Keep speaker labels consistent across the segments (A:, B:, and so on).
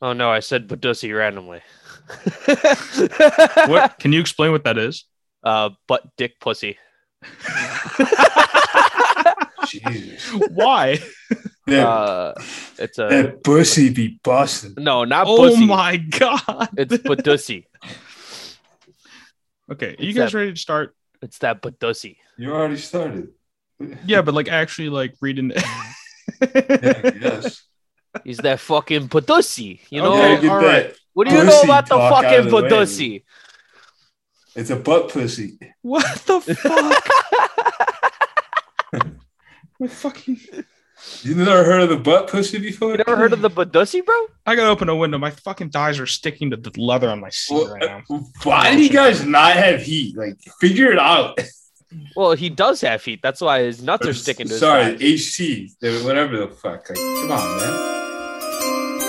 A: Oh no, I said Badusi randomly.
B: What can you explain what that is?
A: Uh, butt dick pussy.
C: Jesus.
B: Why?
C: That,
A: Uh, it's a
C: that pussy be busting.
A: no, not
B: oh
A: pussy.
B: my god.
A: It's Badusi.
B: okay, you
A: it's
B: guys
A: that-
B: ready to start?
A: It's that Badusi.
C: You already started.
B: Yeah, but like actually like reading
C: Yeah, yes.
A: He's that fucking Badusi. You know
B: Okay,
C: yeah, get
B: all
C: that.
A: what do you know
C: pussy
A: about the
C: talk out of
A: fucking
C: the way.
A: Badusi?
C: It's a butt pussy.
B: What the fuck? what fucking
C: You never heard of the butt pussy before?
A: You never heard of the Badusi, bro?
B: I gotta open a window. My fucking thighs are sticking to the leather on my seat
C: Well,
B: right now.
C: uh, Why do you guys not have heat? Like, figure it out.
A: Well, he does have heat. That's why his nuts are sticking to his
C: Sorry,
A: thighs.
C: HC, whatever the fuck. Like, come on, man.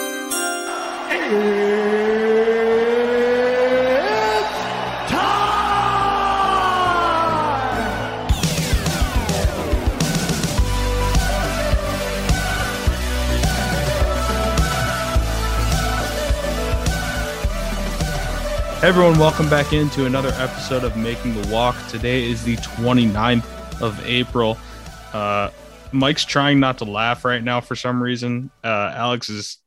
B: Hey everyone, welcome back into another episode of Making the Walk. Today is the 29th of April. Uh, Mike's trying not to laugh right now for some reason. Uh, Alex is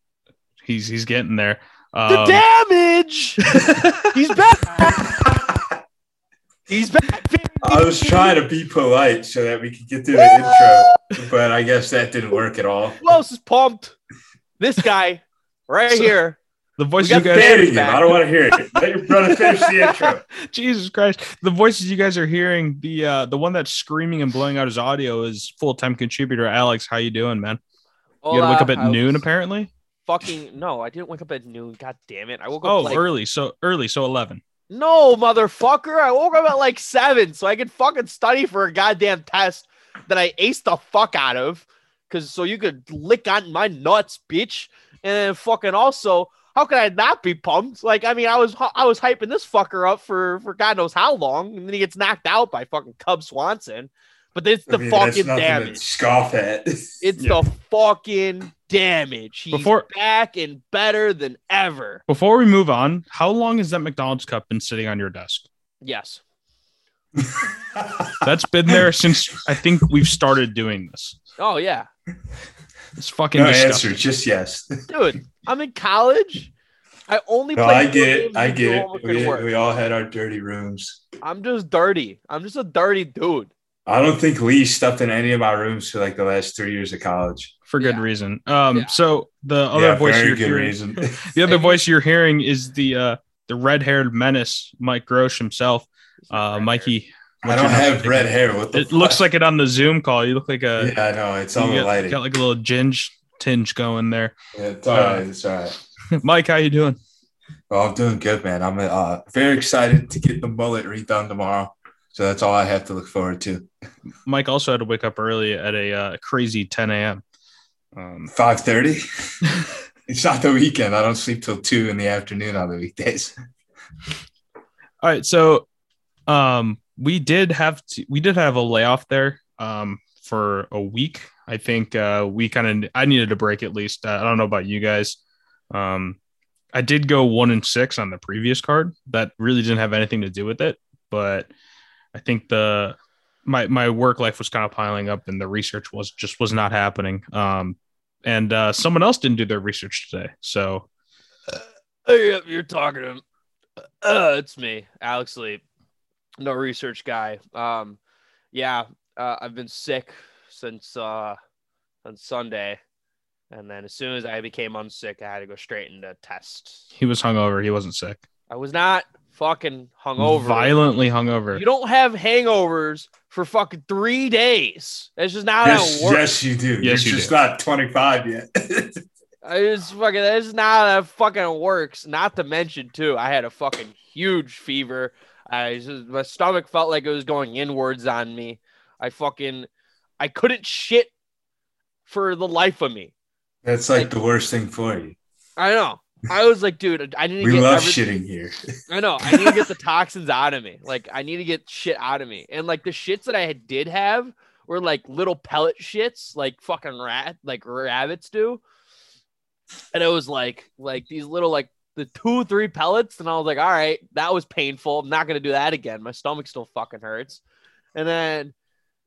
B: he's he's getting there.
A: The
B: Um,
A: damage. He's back. He's back.
C: I was trying to be polite so that we could get through the intro, but I guess that didn't work at all.
A: Who else is pumped? This guy right
B: So-
A: here.
B: the voices
A: We
B: you
A: got
B: guys
C: Ban again. I don't want to hear it. Let your brother finish the intro.
B: Jesus Christ. The voices you guys are hearing, the uh the one that's screaming and blowing out his audio is full-time contributor Alex. How you doing, man? you gotta wake up at
A: Hola, I
B: noon
A: was
B: apparently.
A: Fucking no, I didn't wake up at noon. God damn it. I woke up
B: Oh,
A: like
B: early. So early, so eleven.
A: No, motherfucker. I woke up at like seven so I could fucking study for a goddamn test that I aced the fuck out of. Cause so you could lick on my nuts, bitch. And then fucking also, how could I not be pumped? Like, I mean, I was I was hyping this fucker up for for God knows how long, and then he gets knocked out by fucking Cub Swanson. But it's the
C: I mean, that's
A: fucking
C: nothing to
A: damage.
C: Scoff at.
A: It's
B: Yeah.
A: the fucking damage. He's
B: Before-
A: back and better than ever.
B: Before we move on, how long has that McDonald's cup been sitting on your desk?
A: Yes.
B: That's been there since I think we've started doing this.
A: Oh yeah,
B: It's fucking
C: no
B: disgusting.
C: answer, just yes.
A: dude. I'm in college. I only.
C: No,
A: play
C: I
A: video
C: get it.
A: games
C: I
A: and do
C: get it.
A: homework and
C: We,
A: work.
C: we all had our dirty rooms.
A: I'm just dirty. I'm just a dirty dude.
C: I don't think Lee slept in any of my rooms for like the last three years of college.
B: For good
A: Yeah.
B: reason. Um,
A: Yeah.
B: so the other
C: yeah,
B: voice
C: very
B: you're
C: good
B: hearing,
C: reason.
B: the other voice you're hearing is the uh, the red haired menace, Mike Grosh himself. Uh, Mikey,
C: I
B: your
C: don't
B: next
C: have
B: pick?
C: red hair. What the
B: it looks
C: fuck?
B: like it on the Zoom call. You look like a
C: Yeah, I know. It's on
B: you
C: the
B: got,
C: lighting.
B: got like a little ginge tinge going there.
C: Yeah, it's all right. It's all right.
B: Mike, how you doing?
C: Well, I'm doing good, man. I'm uh, very excited to get the mullet redone tomorrow. So that's all I have to look forward to.
B: Mike also had to wake up early at a uh, crazy 10 a.m. Um,
C: 5.30? it's not the weekend. I don't sleep till 2 in the afternoon on the weekdays.
B: All right, so um we did have to, we did have a layoff there um for a week. I think uh we kind of I needed a break at least. Uh, I don't know about you guys. Um I did go 1 and 6 on the previous card. That really didn't have anything to do with it, but I think the my my work life was kind of piling up and the research was just was not happening. Um and uh someone else didn't do their research today. So
A: Hey, yep, you're talking to him. Uh, it's me, Alex Lee, no research guy. Um, yeah, uh, I've been sick since uh, on Sunday, and then as soon as I became unsick, I had to go straight into tests.
B: he was hungover. He wasn't sick.
A: I was not fucking hungover.
B: Violently hungover.
A: You don't have hangovers for fucking three days. That's just not
C: Yes,
A: how it works.
C: yes, you do.
B: Yes,
C: You're
B: you
C: just
B: do.
C: not 25 yet.
A: I just fucking that's not how it fucking works. Not to mention too, I had a fucking huge fever. I was just, my stomach felt like it was going inwards on me. I fucking I couldn't shit for the life of me.
C: that's like the worst thing for you.
A: I know. I was like, dude, I need to
C: We
A: get
C: love
A: every-
C: shitting here.
A: I know. I need to get the toxins out of me. Like I need to get shit out of me. And like the shits that I had- did have were like little pellet shits, like fucking rat, like rabbits do. and it was like like these little like the two three pellets and i was like all right that was painful i'm not gonna do that again my stomach still fucking hurts and then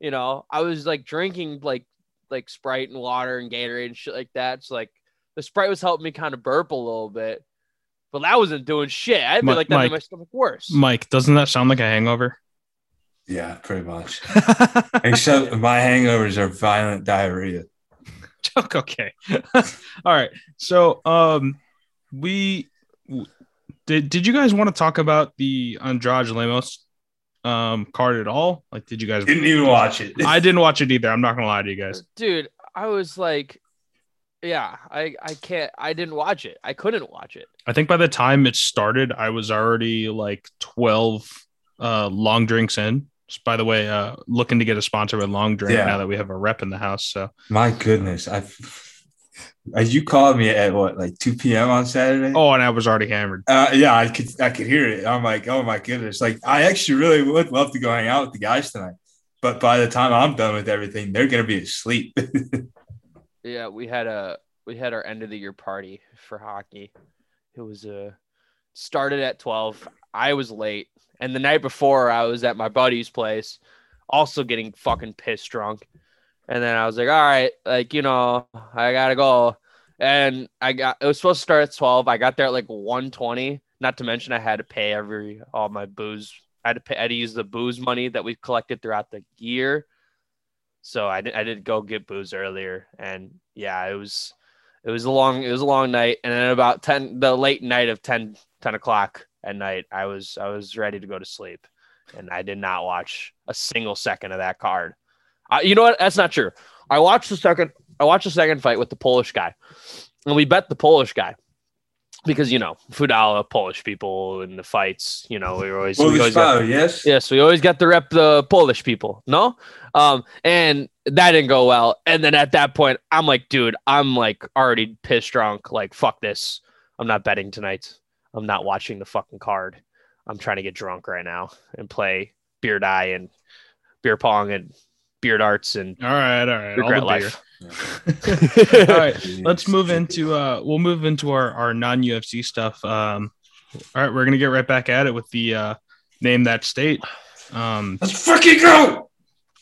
A: you know i was like drinking like like sprite and water and gatorade and shit like that so like the sprite was helping me kind of burp a little bit but that wasn't doing shit i'd be
B: Mi-
A: like that made
B: Mike.
A: my stomach worse
B: Mike, doesn't that sound like a hangover?
C: Yeah, pretty much. Except my hangovers are violent diarrhea.
B: Chuck, okay. All right. So, um, we w- did. Did you guys want to talk about the Andrade Lemos um card at all? Like, did you guys?
C: Didn't even watch it.
B: I didn't watch it either. I'm not gonna lie to you guys.
A: dude i was like yeah i i can't i didn't watch it i couldn't watch it
B: I think by the time it started, I was already like 12 uh, long drinks in. Just by the way, uh, looking to get a sponsor with long drink
C: Yeah.
B: now that we have a rep in the house. So
C: My goodness, I. uh, You called me at what, like two p.m. on Saturday?
B: oh, and I was already hammered.
C: Uh, yeah, I could I could hear it. I'm like, oh my goodness! Like, I actually really would love to go hang out with the guys tonight, but by the time I'm done with everything, they're gonna be asleep.
A: yeah we had a we had our end of the year party for hockey it was uh started at 12 i was late and the night before i was at my buddy's place also getting fucking pissed drunk and then i was like all right like you know i gotta go and i got it was supposed to start at 12 i got there at like 120 not to mention i had to pay every all my booze i had to pay i had to use the booze money that we collected throughout the year so I did, I did go get booze earlier, and yeah, it was it was a long it was a long night, and then about ten the late night of 10, 10 o'clock at night, I was I was ready to go to sleep, and I did not watch a single second of that card. I, you know what? That's not true. I watched the second I watched the second fight with the Polish guy, and we bet the Polish guy. Because you know, Fudala, Polish people in the fights, you know, we were always, we
C: Polish
A: always got-
C: power, yes.
A: Yes, we always got to rep the Polish people, no? Um, and that didn't go well. And then at that point, I'm like, dude, I'm like already pissed drunk. Like, fuck this. I'm not betting tonight. I'm not watching the fucking card. I'm trying to get drunk right now and play beer die and beer pong and beer darts and
B: All right. All right.
A: regret
B: all the
A: life.
B: beer. all right. Let's move into uh we'll move into our, our non-UFC stuff. Um all right, we're gonna get right back at it with the uh name that state. Um
C: Let's fucking go.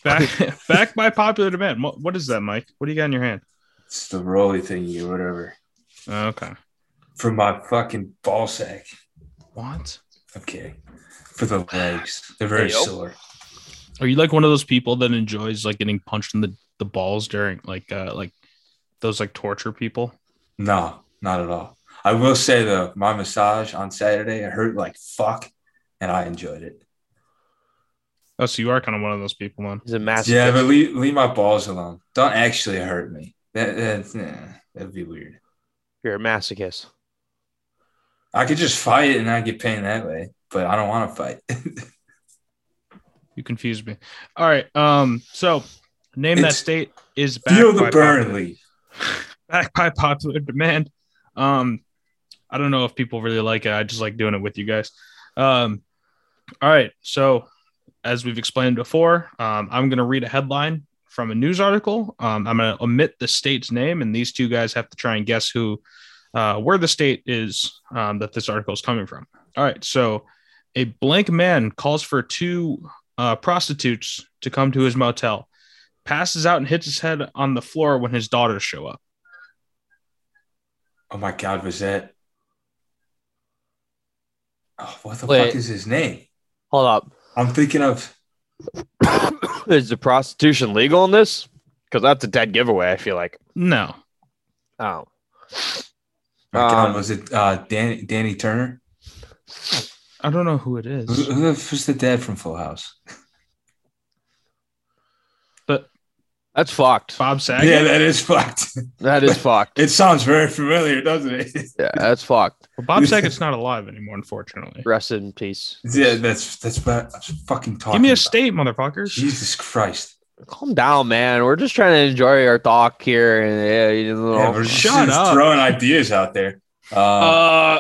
B: back back by popular demand. What, what is that, Mike? What do you got in your hand?
C: It's the rolly thingy or whatever
B: Okay.
C: for my fucking ball sack.
B: What?
C: Okay, for the legs, they're very
A: Hey, yo.
C: sore.
B: Are you like one of those people that enjoys like getting punched in the, the balls during like uh like those like torture people?
C: No, not at all. I will say though, my massage on Saturday it hurt like fuck, and I enjoyed it.
B: Oh, so you are kind of one of those people, man.
A: He's a massive.
C: Yeah, but leave, leave my balls alone. Don't actually hurt me. That that's, nah, that'd be weird.
A: You're a masochist.
C: I could just fight and I get pain that way, but I don't want to fight.
B: You confused me. All right. Um, so name that
C: It's-
B: state is back
C: Feel the
B: by
C: burn,
B: popular-
C: Lee.
B: back by popular demand. Um, I don't know if people really like it. I just like doing it with you guys. Um, all right. So, as we've explained before, um, I'm going to read a headline from a news article. Um, I'm going to omit the state's name, and these two guys have to try and guess who, uh, where the state is um, that this article is coming from. All right. So, a blank man calls for two uh, prostitutes to come to his motel, passes out and hits his head on the floor when his daughters show up.
C: Oh my God, was that? Oh, what the
A: Wait.
C: fuck is his name?
A: Hold up.
C: I'm thinking of.
A: is the prostitution legal in this? Because that's a dead giveaway, I feel like.
B: No.
A: Oh.
C: My God,
A: Um,
C: was it uh, Danny, Danny Turner?
B: I don't know who it
C: Who,
B: is.
C: who the f- who's the dad from Full House?
A: That's fucked.
B: Bob Saget.
C: Yeah, that is fucked.
A: That is fucked.
C: It sounds very familiar, doesn't it?
A: Yeah, that's fucked.
B: Well, Bob Saget's not alive anymore, unfortunately.
A: Rest in peace.
C: yeah, that's that's what I was fucking talking.
B: Give me a
C: about.
B: state, motherfuckers.
C: Jesus Christ.
A: Calm down, man. We're just trying to enjoy our talk here, and yeah, you know,
C: Yeah,
A: we're,
C: we're just,
B: Shut
C: just
B: up.
C: throwing ideas out there. Uh,
A: uh,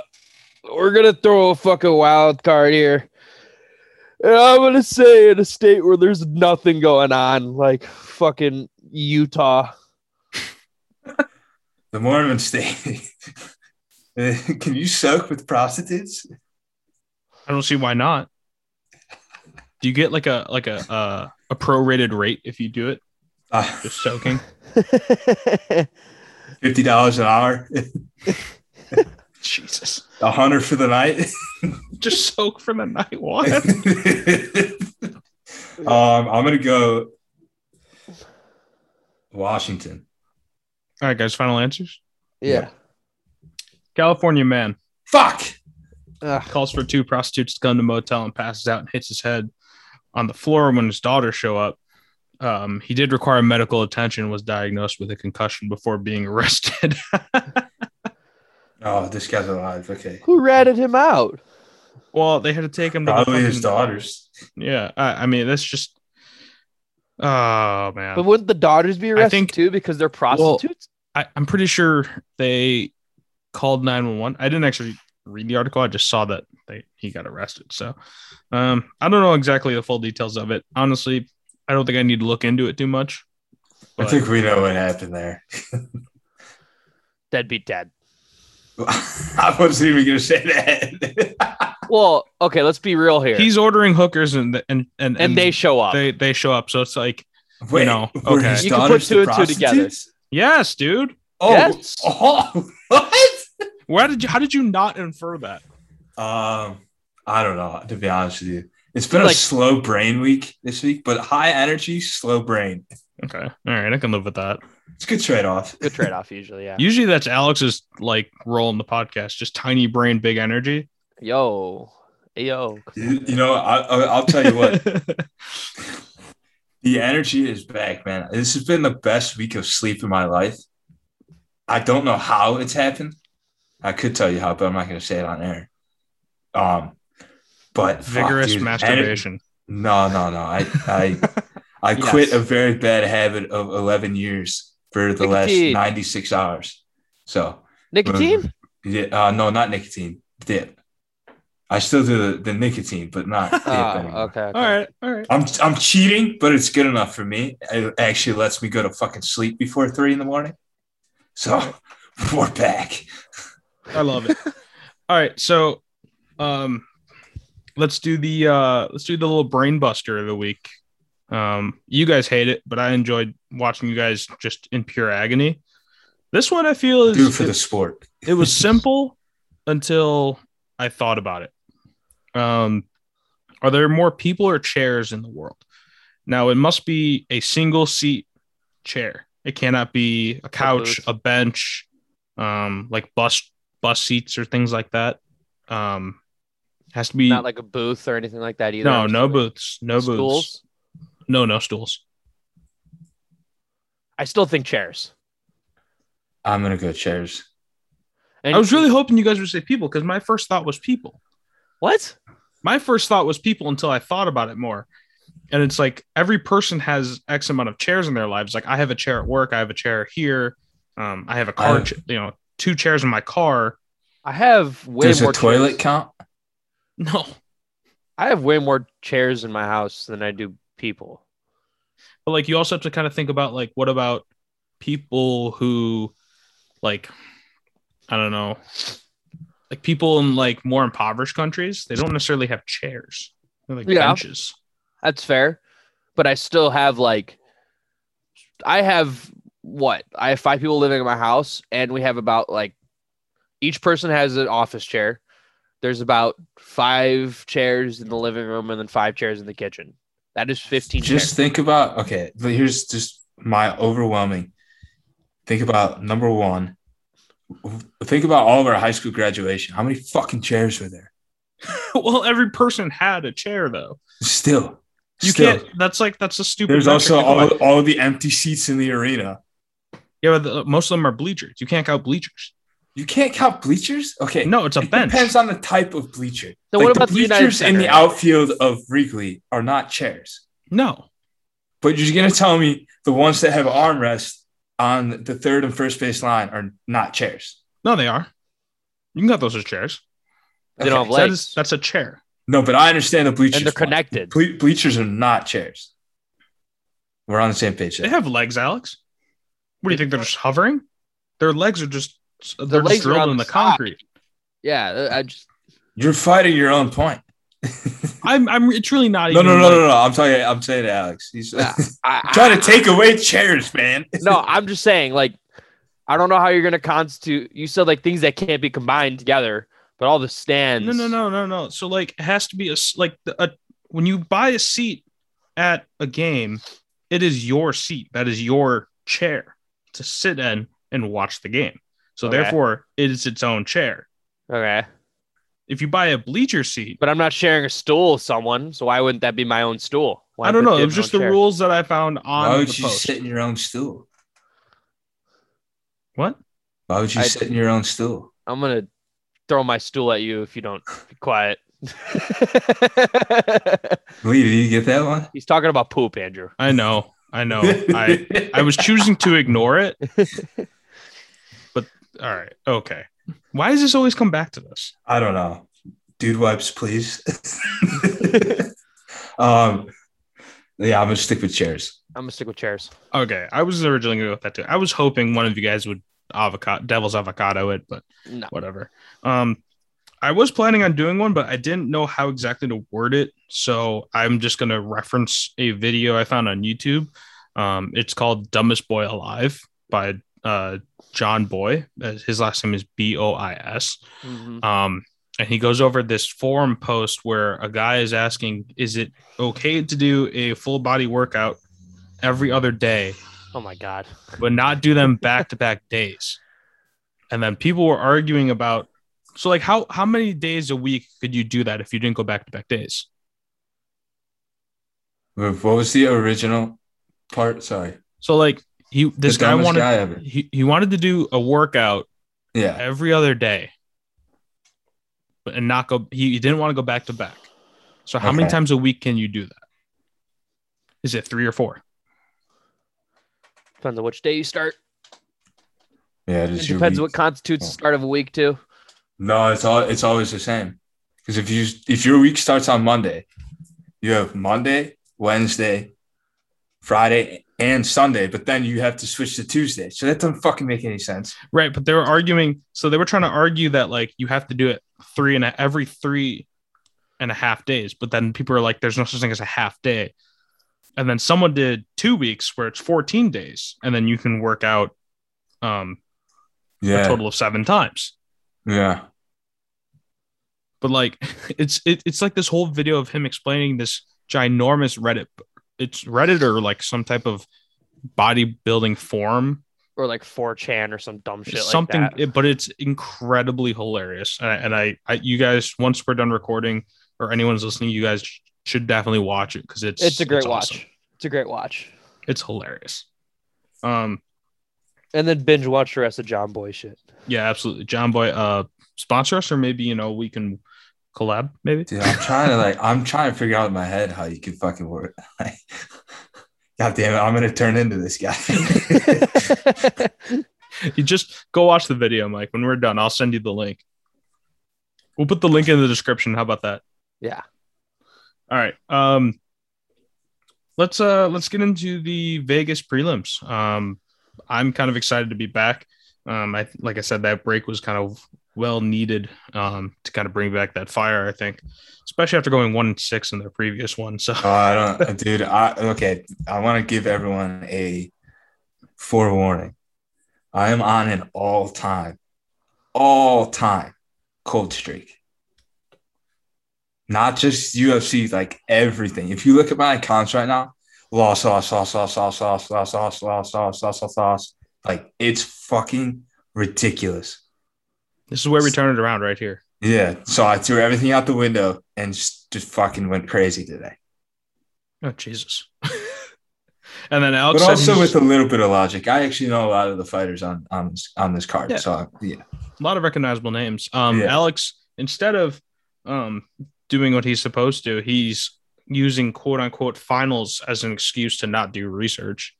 A: we're gonna throw a fucking wild card here. And I'm gonna say in a state where there's nothing going on, like fucking Utah.
C: the Mormon state. Can you soak with prostitutes?
B: I don't see why not. Do you get like a like a uh, a prorated rate if you do it?
C: Uh,
B: Just soaking.
C: Fifty dollars an hour,
B: Jesus.
C: a hundred for the night.
B: Just soak for the night. What?
C: um, I'm gonna go Washington.
B: All right, guys. Final answers.
A: yeah.
B: California man
C: Fuck.
A: Ugh.
B: calls for two prostitutes to come to motel and passes out and hits his head on the floor when his daughters show up. Um, he did require medical attention. and Was diagnosed with a concussion before being arrested.
C: Oh, this guy's alive. Okay.
A: Who ratted him out?
B: well, they had to take him to the
C: Probably
B: fucking-
C: his daughters.
B: Yeah, I, I mean that's just. Oh man.
A: But wouldn't the daughters be arrested
B: think-
A: too because they're prostitutes?
B: I, I'm pretty sure they called 911. I didn't actually read the article. I just saw that they he got arrested. So um, I don't know exactly the full details of it. Honestly, I don't think I need to look into it too much.
C: I
B: But
C: think we know what happened there.
A: That'd be dead.
C: I wasn't even gonna say that.
A: Well, okay, let's be real here.
B: he's ordering hookers and and and,
A: and they show up.
B: they they show up. So it's like
C: Wait,
B: know,
C: were
B: okay.
C: his
A: You can put
C: daughters
A: two
C: the
A: and two together.
C: prostitutes?
B: yes, dude.
C: Oh,
A: Yes.
C: oh, what?
B: Where did you? How did you not infer that?
C: Um, I don't know. To be honest with you, it's been a
A: Like-
C: slow brain week this week, but high energy, slow brain.
B: Okay, all right, I can live with that.
C: It's a good trade off.
A: Good trade off usually, yeah.
B: Usually that's Alex's like role in the podcast, just tiny brain, big energy.
A: Yo. Yo.
C: You, you know, I, I, I'll tell you what. The energy is back, man. This has been the best week of sleep in my life. I don't know how it's happened. I could tell you how, but I'm not going to say it on air. Um, but fuck,
B: Vigorous
C: dude, ener-
B: masturbation.
C: no, no, no. I I I
A: Yes.
C: quit a very bad habit of 11 years for the
A: Nicotine.
C: last 96 hours. So
A: Nicotine?
C: yeah, uh, no, not nicotine dip. I still do the, the nicotine, but not dip
A: Ah,
C: anymore.
A: okay. okay.
B: All right, all right.
C: I'm I'm cheating, but it's good enough for me. It actually lets me go to fucking sleep before three in the morning. So we're back.
B: I love it. All right, so um let's do the uh let's do the little brain buster of the week. Um you guys hate it, but I enjoyed watching you guys just in pure agony. This one I feel
C: Do it
B: is
C: for the sport.
B: it was simple until I thought about it. Um, are there more people or chairs in the world? Now it must be a single seat chair. It cannot be a couch,
A: booth.
B: a bench, um, like bus bus seats or things like that. Um, has to be
A: Not like a booth or anything like that either.
B: no,
A: I'm
B: no
A: assuming.
B: booths, no booths,
A: Stools?
B: no, no stools.
A: I still think chairs.
C: I'm gonna go chairs.
A: And
B: I was really hoping you guys would say people because my first thought was people.
A: what?
B: my first thought was people until I thought about it more. And it's like every person has X amount of chairs in their lives. Like I have a chair at work, I have a chair here, um, I have a car,
C: I-
B: cha- you know, two chairs in my car.
A: I have way
C: Does
A: more
C: a toilet
A: Chairs.
C: count?
B: No,
A: I have way more chairs in my house than I do people.
B: but like you also have to kind of think about like what about people who, like, I don't know, like people in like more impoverished countries, they don't necessarily have chairs. They're like
A: Yeah.
B: benches.
A: That's fair. But I still have like I have what? I have five people living in my house and we have about like each person has an office chair. There's about five chairs in the living room and then five chairs in the kitchen. That is 15
C: Just think about okay. but Here's just my overwhelming. Think about number one. Think about all of our high school graduation. How many fucking chairs were there?
B: well, every person had a chair though.
C: Still,
B: You
C: still.
B: can't. That's like that's a stupid.
C: There's
B: metric
C: also
B: to go by.
C: all, all the empty seats in the arena.
B: Yeah, but the, most of them are bleachers. You can't count bleachers.
C: You can't count bleachers. Okay,
B: No, it's a
C: it
B: bench.
C: depends on the type of bleacher.
A: Then what about the
C: the
A: United
C: bleachers in
A: Center?
C: the outfield of Wrigley are not chairs?
B: no,
C: But you're gonna tell me the ones that have armrests on the third and first base line are not chairs?
B: no, they are. You can count those as chairs.
A: They don't have
B: So that
A: legs.
B: is, that's a chair.
C: No, but I understand the bleachers.
A: and they're
C: one.
A: connected.
C: Ble- bleachers are not chairs. We're on the same page.
B: They
C: there.
B: have legs, Alex. What do you think? They're just hovering. Their legs are just they're
A: legs
B: just
A: are
B: drilled
A: on
B: in
A: the
B: the
A: side.
B: concrete.
A: Yeah, I just
C: You're fighting your own point.
B: I'm I'm it's really not
C: No,
B: even
C: no, no,
B: like-
C: no, no. I'm talking. I'm saying to Alex. He's
A: Yeah. I, I-
C: trying to take away chairs, man.
A: no, I'm just saying, like, I don't know how you're gonna constitute. You said like things that can't be combined together, but all the stands.
B: No, no, no, no, no. So like, it has to be a s- like the, a when you buy a seat at a game, it is your seat. That is your chair to sit in and watch the game. So
A: Okay.
B: therefore, it is its own chair.
A: Okay,
B: If you buy a bleacher seat,
A: but I'm not sharing a stool with someone, so why wouldn't that be my own stool? Why
B: I don't
A: would
B: know.
A: be
B: It was
A: my own
B: just the
A: chair?
B: rules that I found on
C: Why would
B: the
C: you
B: post.
C: sit in your own stool?
B: What?
C: Why would you
A: I-
C: sit in your own stool?
A: I'm gonna throw my stool at you if you don't be quiet.
C: Lee, did you get that one?
A: He's talking about poop, Andrew.
B: I know. I know. I I was choosing to ignore it. But all right. Okay. Why does this always come back to this?
C: I don't know. Dude wipes, please. um, yeah, I'm gonna stick with chairs.
A: I'm gonna stick with chairs.
B: Okay, I was originally gonna go with that too. I was hoping one of you guys would avocado devil's avocado it, but
A: No.
B: whatever. Um, I was planning on doing one, but I didn't know how exactly to word it, so I'm just gonna reference a video I found on YouTube. Um, it's called "Dumbest Boy Alive" by uh, John Boy. Uh, His last name is B O I S.
A: Mhm.
B: Um, and he goes over this forum post where a guy is asking, "Is it okay to do a full body workout every other day
A: Oh my god.
B: but not do them back to back days. And then people were arguing about so like how how many days a week could you do that if you didn't go back to back days?
C: What was the original part? Sorry,
B: So like he this
C: The
B: guy
C: dumbest
B: wanted
C: guy ever.
B: he, he wanted to do a workout
C: Yeah,
B: every other day but and not go he, he didn't want to go back to back. So how many
C: Okay.
B: times a week can you do that? Is it three or four?
A: Depends on which day you start.
C: yeah. It
A: It
C: is your
A: depends
C: week. Oh.
A: what constitutes the start of a week too.
C: No, it's all it's always the same. Because if you if your week starts on Monday, you have Monday, Wednesday, Friday, and Sunday, but then you have to switch to Tuesday. So that doesn't fucking make any sense.
B: Right, but they were arguing. So they were trying to argue that like you have to do it three and a, every three and a half days. But then people are like, "There's no such thing as a half day." And then someone did two weeks where it's 14 days, and then you can work out um,
C: Yeah.
B: a total of seven times.
C: Yeah.
B: But like, it's it, it's like this whole video of him explaining this ginormous Reddit. It's Reddit or like some type of bodybuilding forum
A: Or like 4chan or some dumb shit
B: something
A: like that.
B: it- but it's incredibly hilarious and I, and I, I you guys once we're done recording or anyone's listening you guys sh- should definitely watch it because it's
A: It's a great watch.
B: awesome.
A: It's a great watch.
B: it's hilarious um
A: And then binge watch the rest of John Boy shit.
B: yeah absolutely john boy uh sponsor us or maybe you know we can collab maybe
C: Dude, I'm trying to like I'm trying to figure out in my head how you could fucking work. Like, God damn it, I'm gonna turn into this guy.
B: you just go watch the video mike when we're done i'll send you the link we'll put the link in the description how about that
A: yeah.
B: All right. Um let's uh let's get into the Vegas prelims. Um I'm kind of excited to be back. Um I like I said that break was kind of well needed um to kind of bring back that fire, I think. Especially after going 1 and 6 in their previous one. So
C: oh, I don't dude, I okay. I wanna give everyone a forewarning. I am on an all time, all time cold streak. Not just UFC, like everything. If you look at my accounts right now, loss, loss, loss, loss, loss, loss, loss, loss, loss, loss, loss, loss, loss. Like it's fucking ridiculous.
B: this is where we turn it around right here.
C: Yeah. So I threw everything out the window and just, just fucking went crazy today.
B: Oh Jesus. and then Alex
C: but
B: said
C: also
B: he's-
C: with a little bit of logic. I actually know a lot of the fighters on on this, on this card.
B: Yeah.
C: So I- yeah.
B: a lot of recognizable names. Um,
C: Yeah.
B: Alex, instead of um, doing what he's supposed to, he's using quote unquote finals as an excuse to not do research,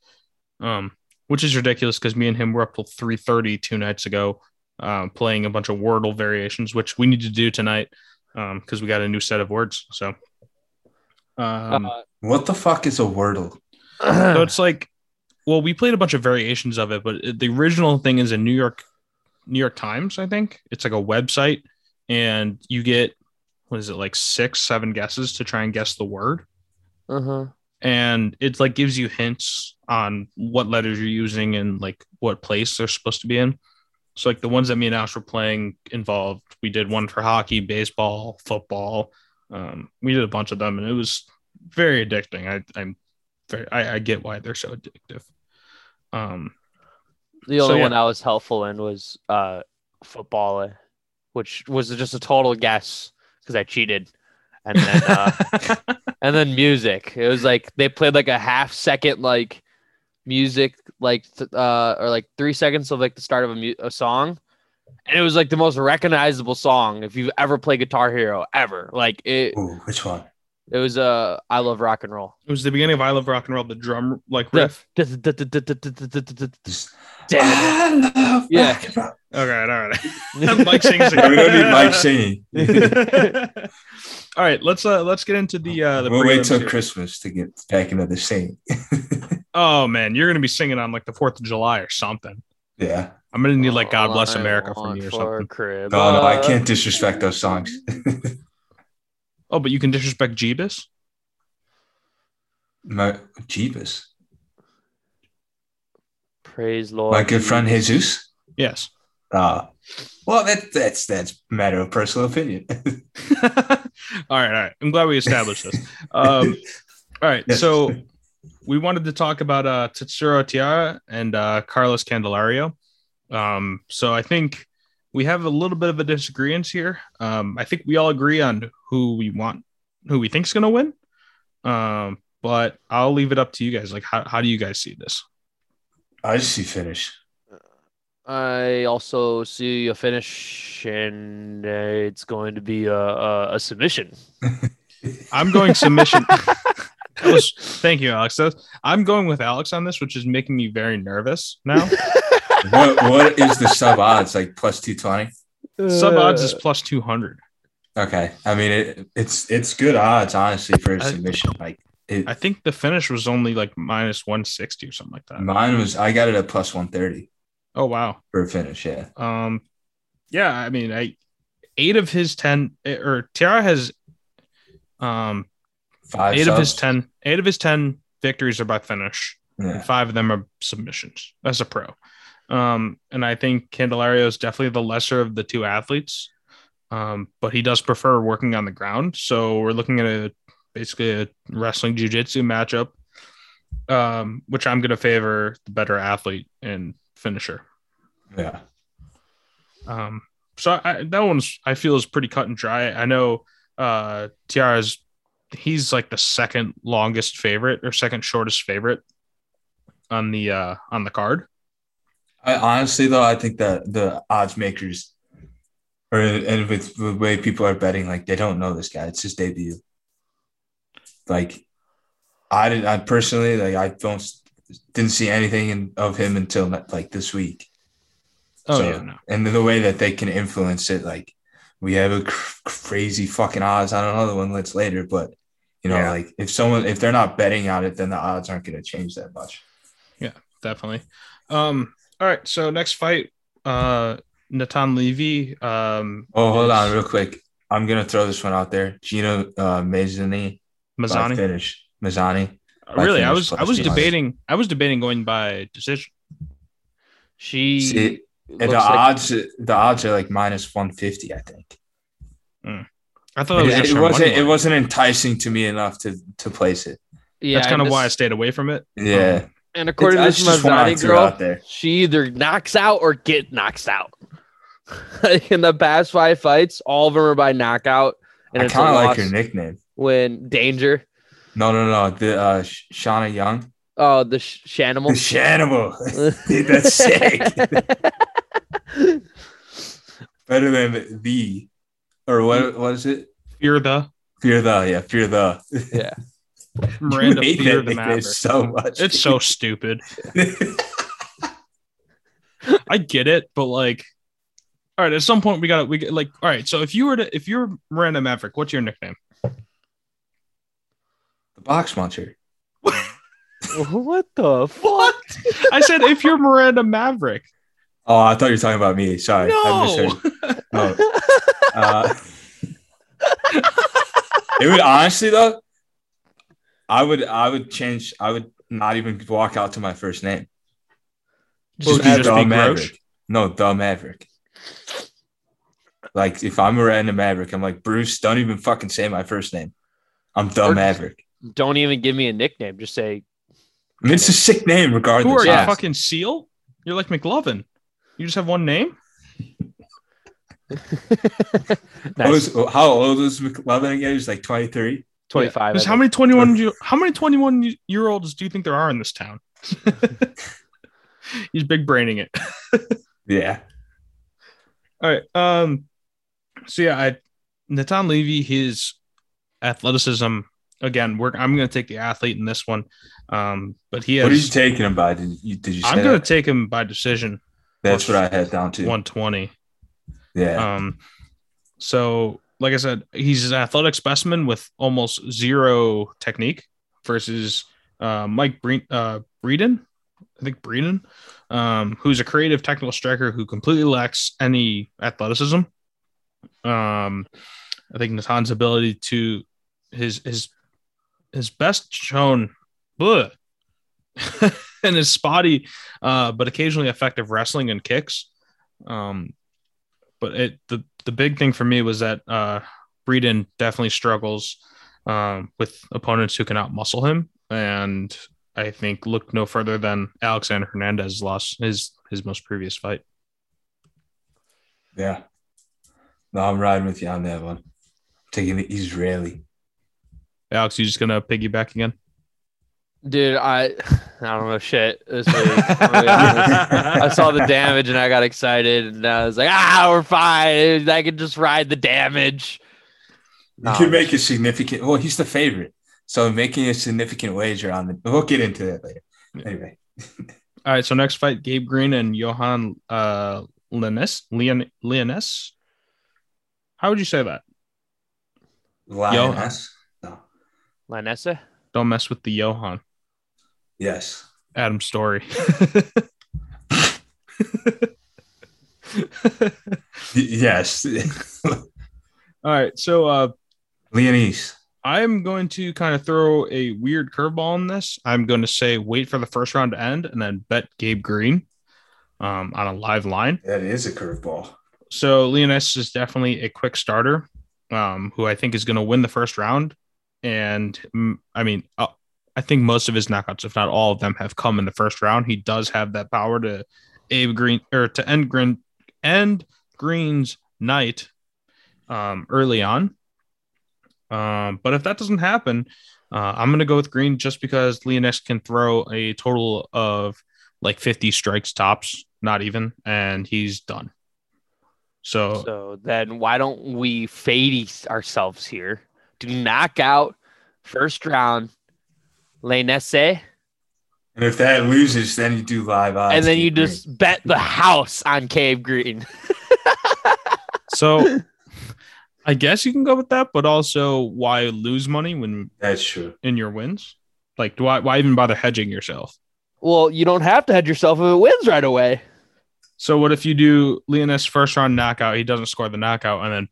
B: um, which is ridiculous because me and him were up till 3.30 two nights ago um, playing a bunch of Wordle variations, which we need to do tonight because we got a new set of words. So, um,
A: Uh,
C: What the fuck is a wordle?
B: so it's like well, we played a bunch of variations of it, but it- the original thing is in New York, New York Times, I think. It's like a website, and you get what is it like six, seven guesses to try and guess the word,
A: Uh huh.
B: and it like gives you hints on what letters you're using and like what place they're supposed to be in. So like the ones that me and Ash were playing involved, we did one for hockey, baseball, football. Um, we did a bunch of them, and it was very addicting. I, I'm, very, I, I get why they're so addictive. Um,
A: The
B: So,
A: only
B: yeah.
A: one I was helpful in was uh footballer, which was just a total guess because I cheated. And then uh, and then music. It was like they played like a half second like music like th- uh or like 3 seconds of like the start of a, mu- a song. And it was like the most recognizable song if you've ever played Guitar Hero ever. Like it
C: Ooh, which one?
A: it was uh I love rock and roll.
B: it was the beginning of I Love Rock and Roll, the drum like
A: Yeah.
B: riff.
C: Just- Ah,
A: Damn.
C: I love
A: Yeah.
C: rock and roll.
B: All right, all right. Mike sings it.
C: Yeah, we don't need Mike singing.
B: all right, let's uh, let's get into the uh, the
C: we'll wait
B: prelims
C: till
B: here.
C: Christmas to get back into the singing.
B: Oh man, you're gonna be singing on like the Fourth of July or something.
C: yeah. Oh,
B: I'm gonna need like God
A: All
B: Bless
A: I
B: America from
A: want
B: you
A: for
B: or something.
A: Crib-
C: No, no, I
A: uh,
C: can't disrespect those songs.
B: Oh, but you can disrespect Jeebus.
C: My Jeebus.
A: Praise Lord.
C: My good friend
A: Jesus.
C: Jesus.
B: Yes.
C: Uh, well, that that's that's a matter of personal opinion.
B: all right, all right. I'm glad we established this. Um, all right,
C: Yes.
B: so we wanted to talk about uh, Tetsuro Tiara and uh, Carlos Candelario. Um, so I think we have a little bit of a disagreement here. Um, I think we all agree on who we want, who we think's going to win. Um, but I'll leave it up to you guys. Like, how, how do you guys see this?
C: I just see finish.
A: I also see a finish, and uh, it's going to be a, a, a submission.
B: I'm going submission. That was- thank you, Alex. That was- I'm going with Alex on this, which is making me very nervous now.
C: What what is the sub odds? Like plus two twenty?
B: Sub odds
A: Uh,
B: is plus 200.
C: Okay. I mean it, it's it's good odds, honestly, for a
B: I-
C: submission. Like it,
B: I think the finish was only like minus 160 or something like that.
C: mine was I got it at plus one thirty
B: Oh, wow.
C: for a finish, yeah.
B: Um, yeah, I mean, I eight of his 10 eh, or Tiara has um
C: Five
B: eight of his
C: subs.
B: 10 eight of his 10 victories are by finish.
C: Yeah.
B: and five of them are submissions as a pro. Um, and I think Candelario is definitely the lesser of the two athletes, um, but he does prefer working on the ground. So we're looking at a basically a wrestling jujitsu matchup, um, which I'm going to favor the better athlete and finisher.
C: Yeah.
B: Um, so I, that one's I feel is pretty cut and dry. I know uh, Tiara's he's like the second longest favorite or second shortest favorite on the uh, on the card.
C: I honestly though, I think that the odds makers or and with the way people are betting, like they don't know this guy. It's his debut. Like I did I personally like I don't didn't see anything in, of him until like this week.
B: Oh
C: So-
B: yeah, no.
C: And then the way that they can influence it, like we have a cr- crazy fucking odds on another one that's later, but you know,
B: Yeah.
C: like if someone if they're not betting on it, then the odds aren't gonna change that much.
B: definitely. Um, all right, so next fight, uh, Natan Levy. Um,
C: Oh, hold
B: is
C: on, real quick. I'm gonna throw this one out there. Gino uh, Mazzani by
B: Mazzani. Uh,
C: finish. Mazzani. by
B: Really, I
C: finish
B: was I
C: plus
B: was
C: 200.
B: debating I was debating going by decision.
A: She
C: See,
A: looks
C: and the
A: like-
C: odds, the odds are like minus one fifty. I think
B: I
A: Oh,
B: thought it was
C: it,
B: just
C: it
B: her
C: wasn't.
B: money
C: It
B: line.
C: wasn't enticing to me enough to to place it.
A: yeah,
B: That's kind of
A: and
B: why I
A: this-
B: stayed away from it.
C: Yeah,
A: And Oh. according to
C: It's- I
A: this
C: just wanted to
A: Mazzani
C: throw
A: girl,
C: out there.
A: she either knocks out or get knocks out. In the past five fights, all of them are by knockout, and
C: I
A: it's a
C: kind of like
A: loss
C: your nickname.
A: when danger.
C: No, no, no. The uh, Sh- Shauna Young.
A: Oh, the sh- Shanimal.
C: Shanimal. Dude, that's sick. Better than the, or what?
B: Mm.
C: What is it?
B: Fear the
C: Fear the. Yeah, fear the.
A: yeah.
B: Miranda
C: You hate
B: Fear
C: that
B: the
C: nickname
B: Maverick.
C: so much.
B: It's so stupid. I get it, but like, all right. At some point, we got to we get like, all right. So if you were to if you're Miranda Maverick, what's your nickname?
C: the box muncher.
A: what the fuck?
B: What? I said if you're Miranda Maverick.
C: Oh, I thought you were talking about me. Sorry. I misheard. No. Uh, it would honestly though, I would I would change I would not even walk out to my first name.
B: Well, would you just be Grosh?
C: No, the Maverick. Like if I'm Miranda Maverick, I'm like Bruce. Don't even fucking say my first name. I'm the
A: Or-
C: Maverick.
A: Don't even give me a nickname. Just say
C: I mean, it's a sick name, regardless.
B: Who are you,
C: honestly.
B: fucking Seal? You're like McLovin. You just have one name.
C: What
A: nice.
C: was- how old was McLovin again? He was like 23.
A: 25.
B: There's
A: I
B: how
A: think.
B: many 21 year- how many 21 year olds do you think there are in this town? He's big braining it.
C: Yeah.
B: All right. Um. So yeah, I Natan Levy, his athleticism. Again, we're I'm going to take the athlete in this one. Um. But he
C: What are you
B: has.
C: taking him by? Did you, did you say
B: I'm going
C: that?
B: to take him by decision.
C: That's what I had down to.
B: 120.
C: Yeah.
B: Um, so like I said, he's an athletic specimen with almost zero technique versus uh, Mike Bre- uh, Breeden, I think Breeden, um, who's a creative technical striker who completely lacks any athleticism. Um, I think Nathan's ability to his his his best shown, bleh, and his spotty, uh, but occasionally effective wrestling and kicks. Um, but it the the big thing for me was that uh Breeden definitely struggles um with opponents who can outmuscle him and I think looked no further than Alexander Hernandez lost his his most previous fight.
C: yeah. No, I'm riding with you on that one. Taking the Israeli.
B: Alex, you just gonna piggyback again?
A: Dude, I I don't know shit this week. I'm gonna be honest. I saw the damage and I got excited and I was like, ah, we're fine. I can just ride the damage.
C: You could make a significant. Well, he's the favorite, so making a significant wager on the. We'll get into that later. Anyway,
B: All right, so next fight, Gabe Green and Johan uh Linus Leon Leoness. How would you say that?
C: lioness. No.
A: Lanessa?
B: Don't mess with the Johan.
C: Yes.
B: Adam Story.
C: Y- yes.
B: All right, so uh
C: Leonese.
B: I'm going to kind of throw a weird curveball on this. I'm going to say wait for the first round to end and then bet Gabe Green um, on a live line.
C: That is a curveball.
B: So Leonis is definitely a quick starter um, who I think is going to win the first round. And mm, I mean, uh, I think most of his knockouts, if not all of them, have come in the first round. He does have that power to Abe Green or to end Green end Green's night um, early on. Um, but if that doesn't happen, uh, I'm going to go with Green just because Leonis can throw a total of like 50 strikes tops, not even, and he's done.
C: Oh.
B: So,
A: So then why don't we fade e- ourselves here? Do knock out first round Lanessa
C: And if that loses, then you do live odds.
A: and then you
C: Gabe Green.
A: just bet the house on Cave Green.
B: so I guess you can go with that, but also why lose money when
C: That's true.
B: in your wins? Like, do I, why even bother hedging yourself?
A: Well, you don't have to head yourself if it wins right away.
B: So what if you do Leonis first round knockout? He doesn't score the knockout and then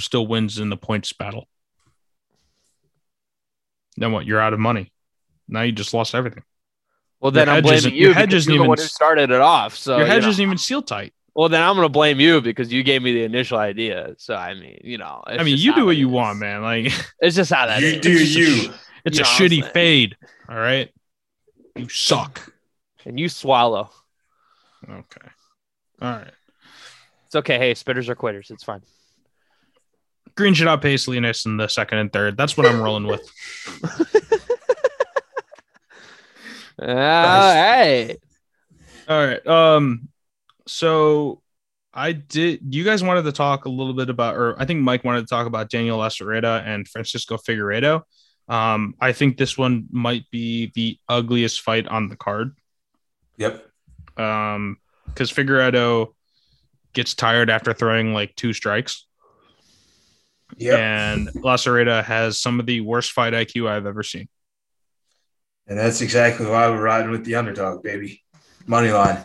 B: still wins in the points battle. Then what? You're out of money. Now you just lost everything.
A: Well,
B: Your
A: then I'm
B: hedge
A: blaming
B: isn't-
A: you
B: your hedge
A: because
B: isn't
A: you're the
B: even
A: one who
B: s-
A: started it off. So
B: Your
A: you
B: hedge
A: know.
B: isn't even seal tight.
A: Well, then I'm gonna blame you because you gave me the initial idea. So I mean, you know, it's
B: I mean,
A: just
B: you
A: how
B: do what
A: it
B: you
A: is.
B: want, man. Like
A: It's just how that is.
C: You do you.
B: it's
A: You
B: a
A: know what I'm
B: shitty
A: saying?
B: fade. All right. You suck.
A: and you swallow.
B: Okay. All right.
A: It's okay. Hey, spitters are quitters. It's fine.
B: Green should outpace Leonis in the second and third. That's what I'm rolling with.
A: All right.
B: All right. Um, so I did. You guys wanted to talk a little bit about, or I think Mike wanted to talk about Daniel Lacereda and Francisco Figueredo. Um, I think this one might be the ugliest fight on the card.
C: Yep.
B: Um, because Figueredo gets tired after throwing like two strikes.
C: Yep.
B: And Lacereda has some of the worst fight IQ I've ever seen.
C: And that's exactly why we're riding with the underdog, baby. Money line.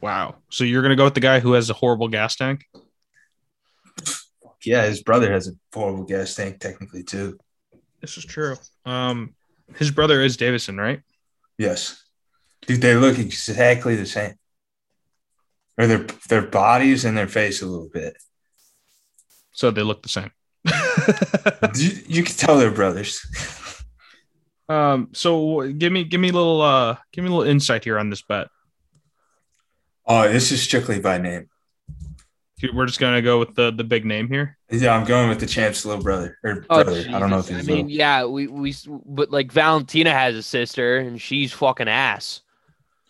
B: Wow. So you're gonna go with the guy who has a horrible gas tank?
C: Yeah, his brother has a horrible gas tank, technically, too.
B: This is true. Um, his brother is Davison, right?
C: Yes. Dude, they look exactly the same. Or their their bodies and their face a little bit.
B: So they look the same.
C: you, you can tell they're brothers.
B: um, so give me give me a little uh give me a little insight here on this bet.
C: Oh, this is strictly by name.
B: Dude, We're just gonna go with the the big name here.
C: Yeah, I'm going with the champ's little brother or
A: Oh,
C: brother. I don't know if
A: Jesus.
C: he's
A: I mean,
C: little.
A: yeah, we we but like Valentina has a sister and she's fucking ass.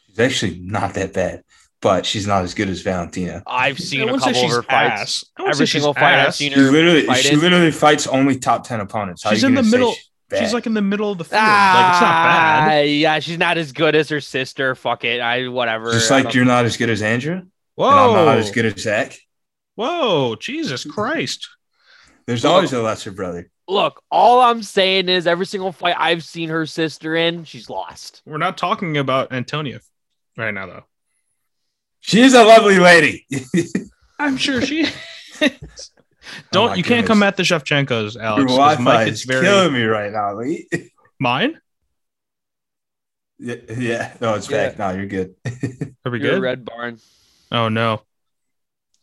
C: She's actually not that bad, but she's not as good as Valentina.
A: I've seen
B: I
A: a
B: wouldn't say
A: couple of
B: she's
A: her fights.
B: ass. I wouldn't
A: Every
B: say she's
A: single fight I've
B: ass.
A: seen
C: She literally
A: Fight
C: she
A: it.
C: literally fights only top ten opponents. How
B: She's
C: you
B: in
C: gonna
B: the
C: say
B: middle-
C: she's bad?
B: She's like in the middle of the field. Like it's not bad.
A: Ah, Yeah, she's not as good as her sister. Fuck it. I whatever.
C: just
A: I
C: like
A: don't-
C: you're not as good as Andrew,
B: Whoa.
C: and I'm not
B: Oh.
C: as good as Zach.
B: Whoa, Jesus Christ.
C: There's
A: Whoa.
C: always a lesser brother.
A: Look, all I'm saying is every single fight I've seen her sister in, she's lost.
B: We're not talking about Antonia right now though.
C: She is a lovely lady.
B: I'm sure she
C: my
B: Don't you can't
C: goodness.
B: come at the Shevchenkos, Alex.
C: Your
B: 'cause
C: Wi-Fi
B: Mike, it's
C: is
B: very
C: killing me right now. Lee.
B: mine.
C: yeah, yeah, no, it's
A: Yeah.
C: back. No, you're good.
B: Are we
A: You're a
B: good?
A: Red Barn.
B: Oh no.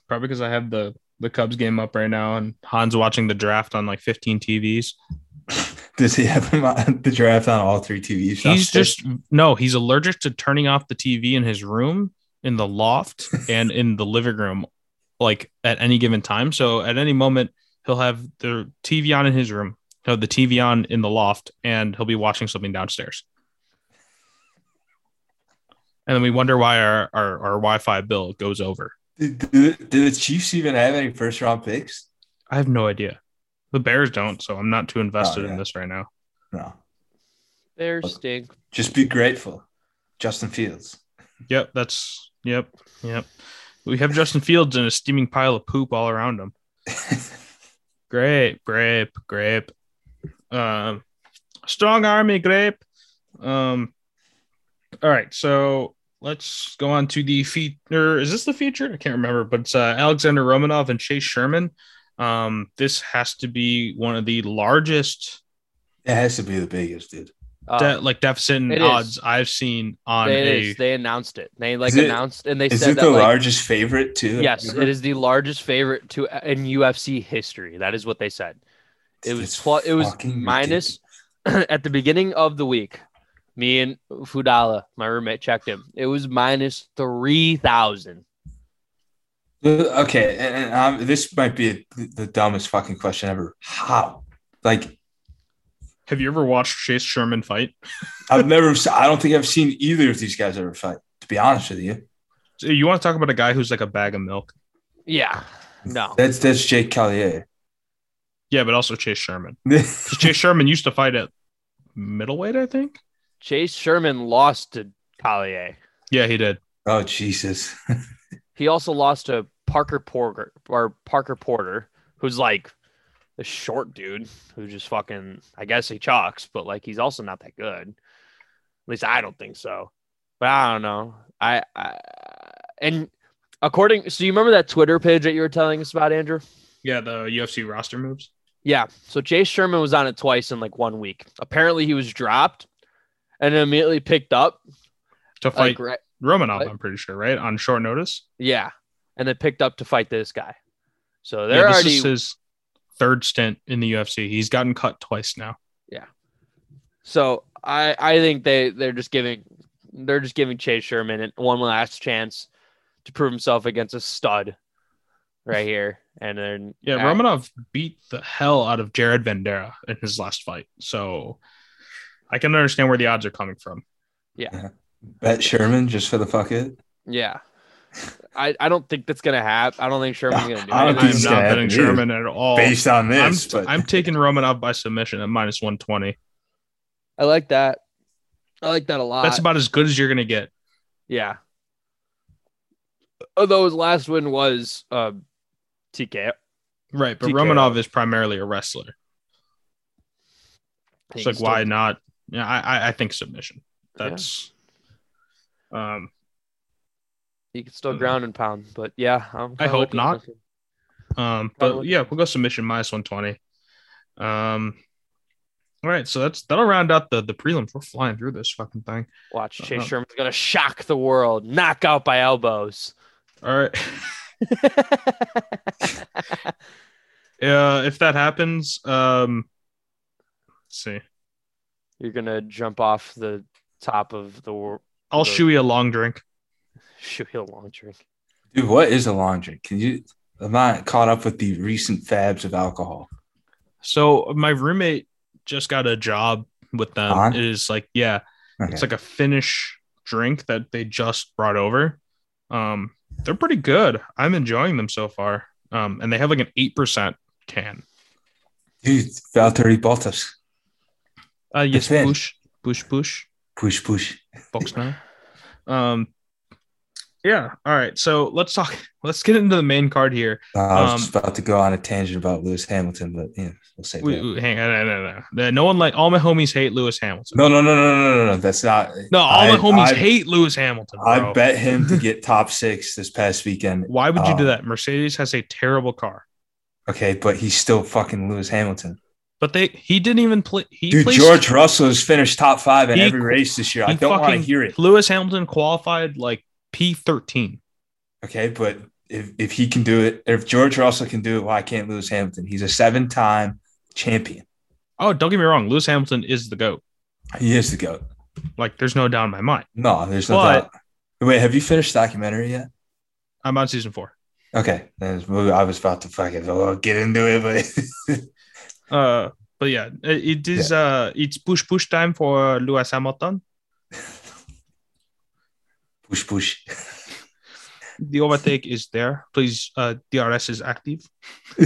B: Probably because I have the the Cubs game up right now, and Han's watching the draft on like 15 TVs.
C: Does he have him on the draft on all three TVs?
B: He's just no, he's allergic to turning off the TV in his room, in the loft, and in the living room, like at any given time. So at any moment, he'll have the TV on in his room, he'll have the TV on in the loft, and he'll be watching something downstairs. And then we wonder why our, our, our Wi Fi bill goes over.
C: Did, did, did the Chiefs even have any first round picks?
B: I have no idea. The Bears don't, so I'm not too invested
C: yeah.
B: in this right now.
C: No.
A: There stink.
C: Just be grateful. Justin Fields.
B: Yep, that's yep, yep. We have Justin Fields and a steaming pile of poop all around him. Grape, grape, grape. Um, strong army grape. Um, all right, so let's go on to the feature. Is this the feature? I can't remember, but it's uh, Alexander Romanov and Chase Sherman. Um, this has to be one of the largest
C: it has to be the biggest, dude.
A: Uh,
B: de- like deficit and
A: it is.
B: odds I've seen on
A: it
B: a.
A: is. They announced it. They like
C: Is it-
A: announced and they
C: Is
A: said
C: it
A: that
C: the
A: like,
C: largest favorite too?
A: Yes, it is the largest favorite to in UFC history. That is what they said. It was
C: It's
A: plus, it was
C: fucking
A: minus at the beginning of the week. Me and Fudala, my roommate, checked him. It was minus three thousand.
C: ridiculous. Uh, Okay, and, and um, this might be the dumbest fucking question ever. How? Like
B: Have you ever watched Chase Sherman fight?
C: I've never. se- I don't think I've seen either of these guys ever fight. To be honest with you,
B: So you want to talk about a guy who's like a bag of milk?
A: Yeah, no,
C: that's that's Jake Collier.
B: Yeah, but also Chase Sherman.
C: That's
B: 'Cause Chase Sherman used to fight at middleweight, I think.
A: Chase Sherman lost to Collier.
B: Yeah, he did.
C: Oh Jesus!
A: He also lost to Parker Porter or Parker Porter, who's like a short dude who just fucking I guess he chalks, but like he's also not that good. At least I don't think so. But I don't know. I, I and according so you remember that Twitter page that you were telling us about, Andrew?
B: Yeah, the UFC roster moves.
A: Yeah. So Chase Sherman was on it twice in like one week. Apparently he was dropped and then immediately picked up.
B: To
A: Like
B: fight
A: right,
B: Romanov,
A: Like-
B: I'm pretty sure, right? On short notice.
A: yeah. And then picked up to fight this guy. So
B: Yeah,
A: they're
B: this
A: already
B: is his third stint in the UFC. He's gotten cut twice now.
A: So I I think they they're just giving they're just giving Chase Sherman an- one last chance to prove himself against a stud right here, and then
B: Yeah,
A: I-
B: Romanov beat the hell out of Jared Vandera in his last fight. So I can understand where the odds are coming from.
C: Bet Sherman just for the fuck it.
A: Yeah, I I don't think that's gonna happen. I don't think Sherman's gonna do
C: I don't
A: it.
B: I'm
C: think
B: not
C: he's gonna
B: betting
C: happen either.
B: Sherman at all.
C: Based on
B: Oh, I'm,
C: this, but
B: I'm taking Romanov by submission at minus 120.
A: I like that. I like that a lot.
B: That's about as good as you're going to get.
A: yeah. Although his last win was uh, TKO.
B: Right, but
A: TKO.
B: Romanov is primarily a wrestler. It's like why not Yeah, I I- I think submission. That's um
A: He can still
B: Hmm.
A: ground and pound, but yeah, I'm kinda
B: hope
A: looking-
B: not. um but
A: Probably.
B: yeah, we'll go submission minus 120. Um all right, so that's that'll round out the the prelims. We're flying through this fucking thing.
A: Watch Chase
B: Uh-huh.
A: Sherman's gonna shock the world, knock out by elbows.
B: All right. Uh if that happens, um let's see.
A: You're gonna jump off the top of the wor-
B: I'll
A: The-
B: shoe you a long drink.
A: shoot a long drink.
C: Dude, what is a long drink? Can you? I'm not caught up with the recent fabs of alcohol.
B: So my roommate just got a job with them.
C: Huh?
B: It is like, yeah,
C: Okay.
B: it's like a Finnish drink that they just brought over. Um, they're pretty good. I'm enjoying them so far. Um, and they have like an eight percent can.
C: Dude, Valtteri Bottas.
B: Uh, yes,
C: Finn.
B: push, push, push,
C: Push, push.
B: box now. Um, yeah. All right. So let's talk. Let's get into the main card here.
C: Uh, I was
B: Um,
C: just about to go on a tangent about Lewis Hamilton, but yeah, we'll say
B: We,
C: that.
B: we- hang on, no, no, no, no one like all my homies hate Lewis Hamilton.
C: No, no, no, no, no, no, no. That's not.
B: No, all
C: I-
B: my homies
C: I-
B: hate Lewis Hamilton.
C: I
B: bro.
C: bet him to get top six this past weekend.
B: Why would you do
C: Uh,
B: that? Mercedes has a terrible car,
C: Okay, but he's still fucking Lewis Hamilton.
B: but they he didn't even play. He
C: Dude,
B: placed-
C: George Russell has finished top five in
B: He-
C: every race this year. I
B: he
C: don't want to
B: fucking-
C: hear it.
B: Lewis Hamilton qualified like P thirteen.
C: Okay, but if, if he can do it, if George Russell can do it, why can't Lewis Hamilton? He's a seven time champion.
B: Oh, don't get me wrong, Lewis Hamilton is the goat.
C: He is the GOAT.
B: Like, there's no doubt in my mind.
C: No, there's no
B: But-
C: doubt. Wait, have you finished the documentary yet?
B: I'm on season four.
C: Okay. there's- I was about to fucking oh, get into it, but
B: Uh, but yeah, it it is. Uh, it's push push time for Lewis Hamilton.
C: push, push.
B: The overtake is there. Please, uh, DRS is active.
C: oh,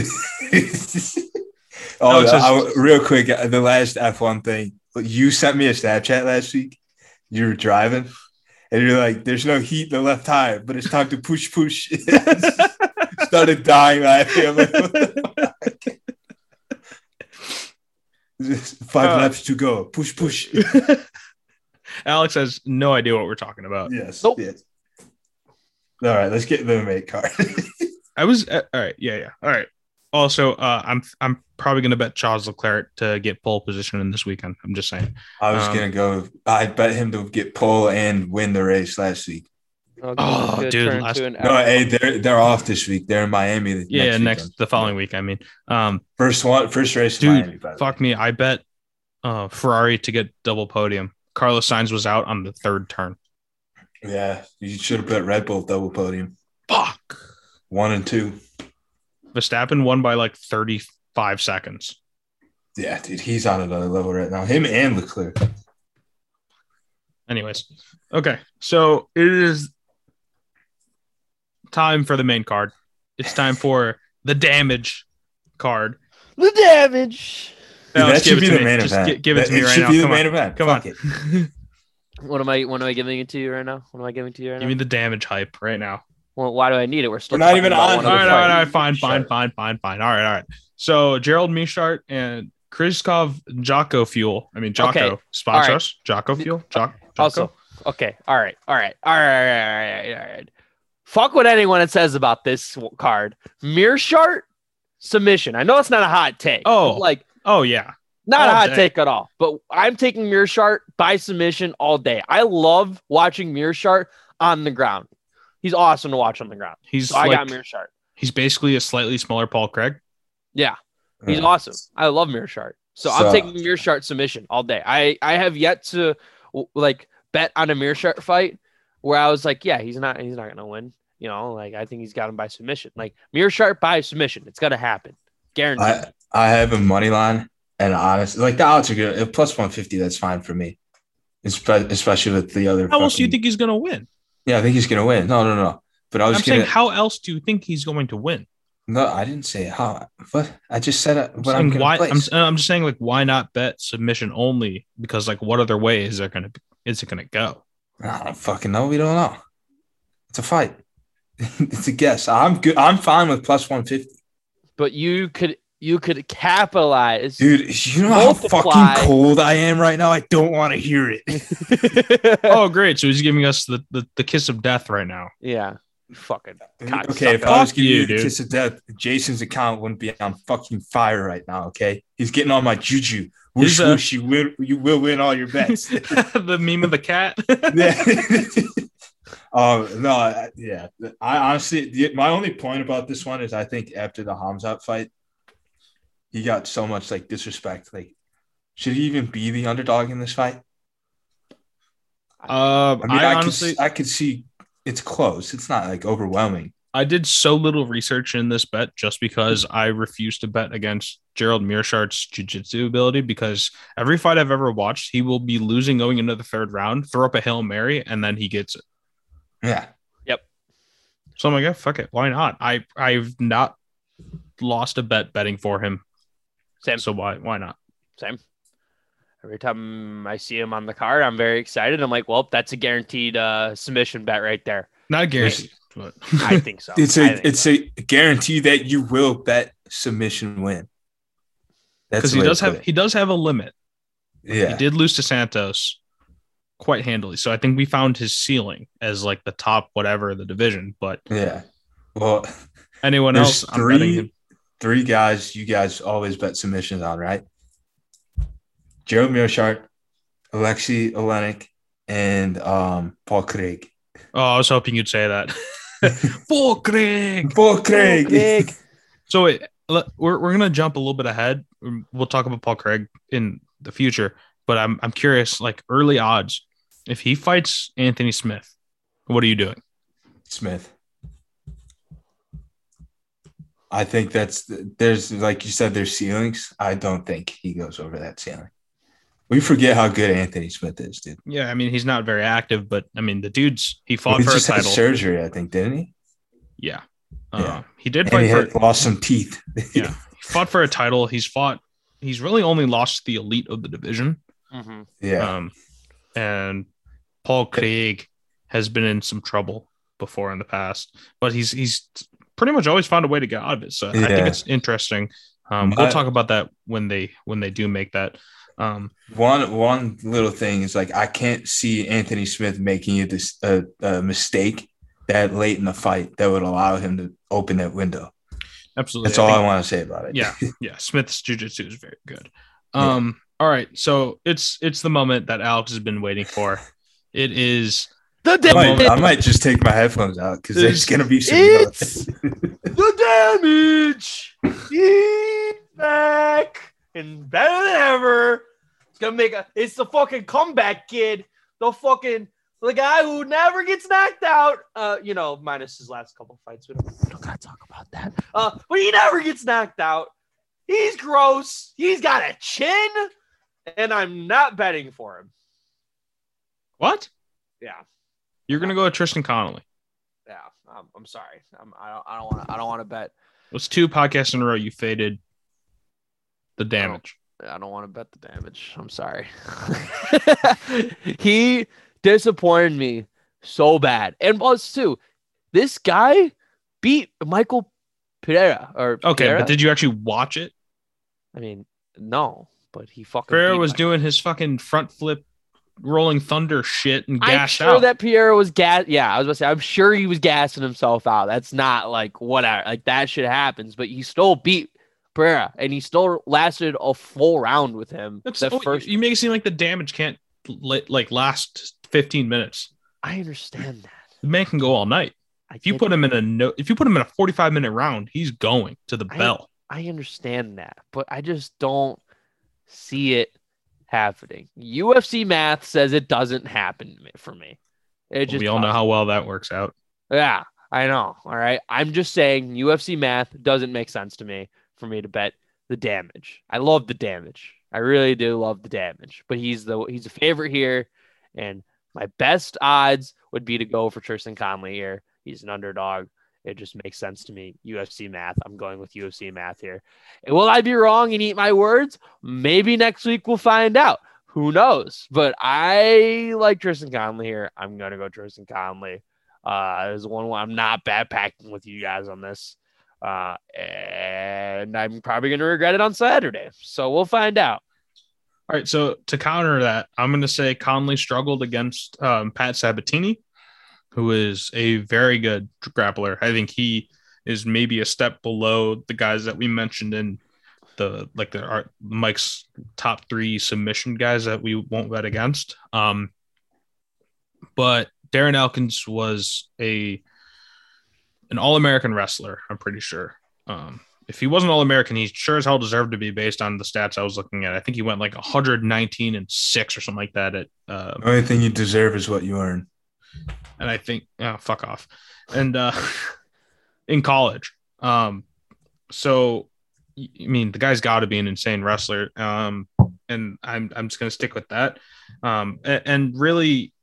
B: No, it's
C: I-
B: just-
C: real quick, the last F1 thing. You sent me a Snapchat last week. You were driving, and you're like, "There's no heat in the left tire, but it's time to push, push." Started dying laughing. I'm like, what the fuck? Just Five
B: Uh,
C: laps to go. Push, push.
B: Alex has no idea what we're talking about.
C: Yes.
A: Nope.
C: yes. All right, let's get the mate card.
B: I was uh, all right. Yeah, yeah. All right. Also, uh, I'm I'm probably gonna bet Charles Leclerc to get pole position in this weekend. I'm just saying.
C: I was
B: Um,
C: gonna go. I bet him to get pole and win the race last week.
A: Oh,
B: Oh, dude,
A: turn
B: last-
A: to an
C: No,
A: hour.
C: hey, they're they're off this week. They're in Miami. the-
B: uh, Yeah, next,
C: weekend.
B: the following week. I mean, um,
C: first one, first race, in
B: Dude,
C: Miami, by the way.
B: fuck me. I bet uh, Ferrari to get double podium. Carlos Sainz was out on the third turn.
C: Yeah, you should have put Red Bull double podium,
B: Fuck.
C: one and two.
B: Verstappen won by like 35 seconds.
C: Yeah, dude, he's on another level right now. Him and Leclerc.
B: Anyways, okay. So it is time for the main card. It's time for the damage card.
A: the damage.
C: Dude,
B: Alex,
C: that should
B: give it
C: be
B: to
C: the
B: me.
C: main
B: Just
C: event.
B: gi- give it
C: That-
B: to me right
C: should
B: now.
C: be the
B: Come on.
C: main event.
B: Come
C: Fuck
B: on.
C: it.
A: What am I? What am I giving it to you right now? What am I giving to you right
B: Give
A: now?
B: me the damage hype right now.
A: well, why do I need it? We're still
C: We're not
A: talking
C: even
A: about
C: on
A: one
B: all
A: of
B: right,
A: the
B: all right,
A: fights.
B: all right, fine,
C: Shut
B: fine,
C: up.
B: fine, fine, fine. All right, all right. So Gerald Mishart and Kriskov Jocko Fuel. I mean Jocko
A: Okay,
B: sponsor
A: all right.
B: us. Jocko Fuel. Joc- Jocko.
A: Also, okay, all right, all right, all right, all right, all right, all right. Fuck what anyone says about this w- card. Mearshart submission. I know it's not a hot take.
B: Oh.
A: but, like
B: oh yeah.
A: not a
B: all
A: hot
B: day.
A: take at all. But I'm taking Mearshart by submission all day. I love watching Mearshart on the ground. He's awesome to watch on the ground.
B: He's
A: So Oh, I got
B: like,
A: Mearshart.
B: he's basically a slightly smaller Paul Craig.
A: Yeah. He's
C: Yeah.
A: awesome. I love Mearshart. So,
C: So-
A: I'm taking Mearshart submission all day. I I have yet to w- like bet on a Mearshart fight where I was like, yeah, he's not he's not gonna win. You know, like I think he's got him by submission. Like Mearshart by submission, it's gonna happen, guaranteed.
C: I I have a money line, and honestly, like the odds are good. If plus one fifty, that's fine for me. Espe- Especially with the other.
B: How else do you
C: fucking-
B: think he's gonna win?
C: Yeah, I think he's gonna win. No, no, no. But I
B: I'm
C: was
B: saying
C: gonna.
B: how else do you think he's going to win?
C: no, I didn't say how. What I just said. uh,
B: I'm
C: What I'm
B: saying
C: gonna
B: why I'm,
C: place.
B: s- I'm just saying like why not bet submission only? Because like what other way is there gonna be, is it gonna go?
C: I don't fucking know. We don't know. It's a fight. it's a guess. I'm good. I'm fine with plus one fifty.
A: but you could you could capitalize.
C: Dude, you know how
A: Multiply.
C: fucking cold I am right now? I don't want to hear it.
B: Oh, great. So he's giving us the, the, the kiss of death right now.
A: yeah. Fucking cocksucker.
C: okay, if I was
B: Fuck
C: giving
B: you,
C: you the
B: dude.
C: kiss of death, Jason's account wouldn't be on fucking fire right now, okay? He's getting on my juju. Whoosh,
B: He's, uh,
C: whoosh, you, win, you will win all your bets.
B: the meme of the cat.
C: yeah. um, no, I- yeah. I honestly, the- my only point about this one is I think after the Hamzat fight, he got so much like disrespect. Like, should he even be the underdog in this fight?
B: Um,
C: I
B: I,
C: mean, I,
B: honestly,
C: could, I could see it's close. It's not like overwhelming.
B: I did so little research in this bet just because I refuse to bet against Gerald Mearshart's jiu-jitsu ability because every fight I've ever watched, he will be losing going into the third round, throw up a Hail Mary, and then he gets it.
C: Yeah.
B: So I'm like, yeah, fuck it. Why not? I, I've not lost a bet betting for him.
A: Same.
B: So why why not?
A: Same. Every time I see him on the card, I'm very excited. I'm like, well, that's a guaranteed uh, submission bet right there.
B: Not a guarantee. But
A: I think so.
C: It's
A: I
C: a
A: think
C: it's
A: so.
C: a guarantee that you will bet submission win.
B: because
C: That's the
B: he
C: way to
B: does
C: put
B: have
C: it.
B: he does have a limit. He
C: yeah.
B: did lose to Santos quite handily. So I think we found his ceiling as like the top whatever of the division. But
C: Yeah. Well,
B: anyone
C: there's
B: else, I'm betting him.
C: three three guys you guys always bet submissions on, right? Gerald Mearshart, Alexei Olenek, and um, Paul Craig.
B: Oh, I was hoping you'd say that. Full Craig.
C: Paul Craig.
A: Craig.
B: So wait, le- we're, we're gonna jump a little bit ahead. Um, We'll talk about Paul Craig in the future, but I'm I'm curious, like early odds, if he fights Anthony Smith, what are you doing?
C: Smith. I think that's there's like you said, there's ceilings. I don't think he goes over that ceiling. We forget how good Anthony Smith is, dude.
B: Yeah, I mean he's not very active, but I mean the dude's he
C: Well,
B: fought
C: he
B: for a
C: just had
B: title.
C: surgery, I think, didn't he?
B: Yeah.
C: Yeah.
B: Uh, he did
C: And
B: fight
C: he
B: for
C: had lost some teeth.
B: Yeah. he fought for a title. He's fought he's really only lost to the elite of the division.
A: Mhm.
C: yeah.
B: Um, and Paul Craig has been in some trouble before in the past, but he's he's pretty much always found a way to get out of it. So I
C: Yeah.
B: think it's interesting. Um,
C: My-
B: we'll talk about that when they when they do make that. Um,
C: One one little thing is like I can't see Anthony Smith making a, dis- a, a mistake that late in the fight that would allow him to open that window.
B: absolutely,
C: That's
B: I
C: all I
B: think-
C: want to say about it.
B: yeah, yeah. Smith's jujitsu is very good.
C: Yeah.
B: Um, all right, so it's it's the moment that Alex has been waiting for. It is
A: The
C: I might, I
A: damage.
C: might just take my headphones out because there's
B: It's-
C: gonna be some.
A: It's the damage. He's back and better than ever. It's gonna make a. It's the fucking comeback kid. The fucking the guy who never gets knocked out. Uh, you know, minus his last couple fights. We don't, we don't gotta talk about that. Uh, but he never gets knocked out. He's gross. He's got a chin, and I'm not betting for him.
B: what
A: Yeah.
B: you're gonna go with Tristan Connolly.
A: Yeah, I'm, I'm sorry. I'm, I don't. I don't want. I don't want to bet.
B: It's two podcasts in a row you faded
A: Oh.
B: the damage.
A: I don't want to bet the damage. I'm sorry. he disappointed me so bad. And plus, too, this guy beat Michael Pereira. Or
B: Okay,
A: Pereira.
B: but did you actually watch it?
A: I mean, no, but he fucking.
B: Pereira
A: beat
B: was
A: Michael-
B: doing his fucking front flip, rolling thunder shit, and
A: I'm
B: gashed
A: sure
B: out.
A: that Pierre was gas. Yeah, I was about to say. I'm sure he was gassing himself out. That's not like whatever. Like that shit happens. But he still beat Pereira, and he still lasted a full round with him.
B: That's
A: the
B: oh,
A: first.
B: You make it seem like the damage can't li- like last fifteen minutes.
A: I understand that.
B: The man can go all night.
A: I
B: If you
A: get
B: put
A: that.
B: him in a no, if you put him in a forty-five minute round, he's going to the
A: I-
B: bell.
A: I understand that, but I just don't see it happening. UFC math says it doesn't happen m- for me. It
B: But
A: just
B: we all know how well that works out.
A: Yeah, I know. All right, I'm just saying UFC math doesn't make sense to me for me to bet the damage. I love the damage. I really do love the damage, but he's the he's a favorite here, and my best odds would be to go for Tristan Conley here. He's an underdog. It just makes sense to me. UFC math. I'm going with UFC math here. And will I be wrong and eat my words? Maybe next week we'll find out. Who knows? But I like Tristan Conley here. I'm gonna go Tristan Conley. Uh, there's one where I'm not backpacking with you guys on this. Uh, and I'm probably going to regret it on Saturday. So we'll find out.
B: All right, so to counter that, I'm going to say Conley struggled against um, Pat Sabatini, who is a very good grappler. I think he is maybe a step below the guys that we mentioned in the like the our, Mike's top three submission guys that we won't bet against. Um, but Darren Elkins was a an All American wrestler. I'm pretty sure. Um, if he wasn't all American, he sure as hell deserved to be based on the stats I was looking at. I think he went like 119 and six or something like that. At uh,
C: The only thing you deserve is what you earn.
B: and I think oh, fuck off, and uh, in college. Um, so y- I mean, the guy's got to be an insane wrestler. Um, and I'm I'm just gonna stick with that. Um, a- and, really,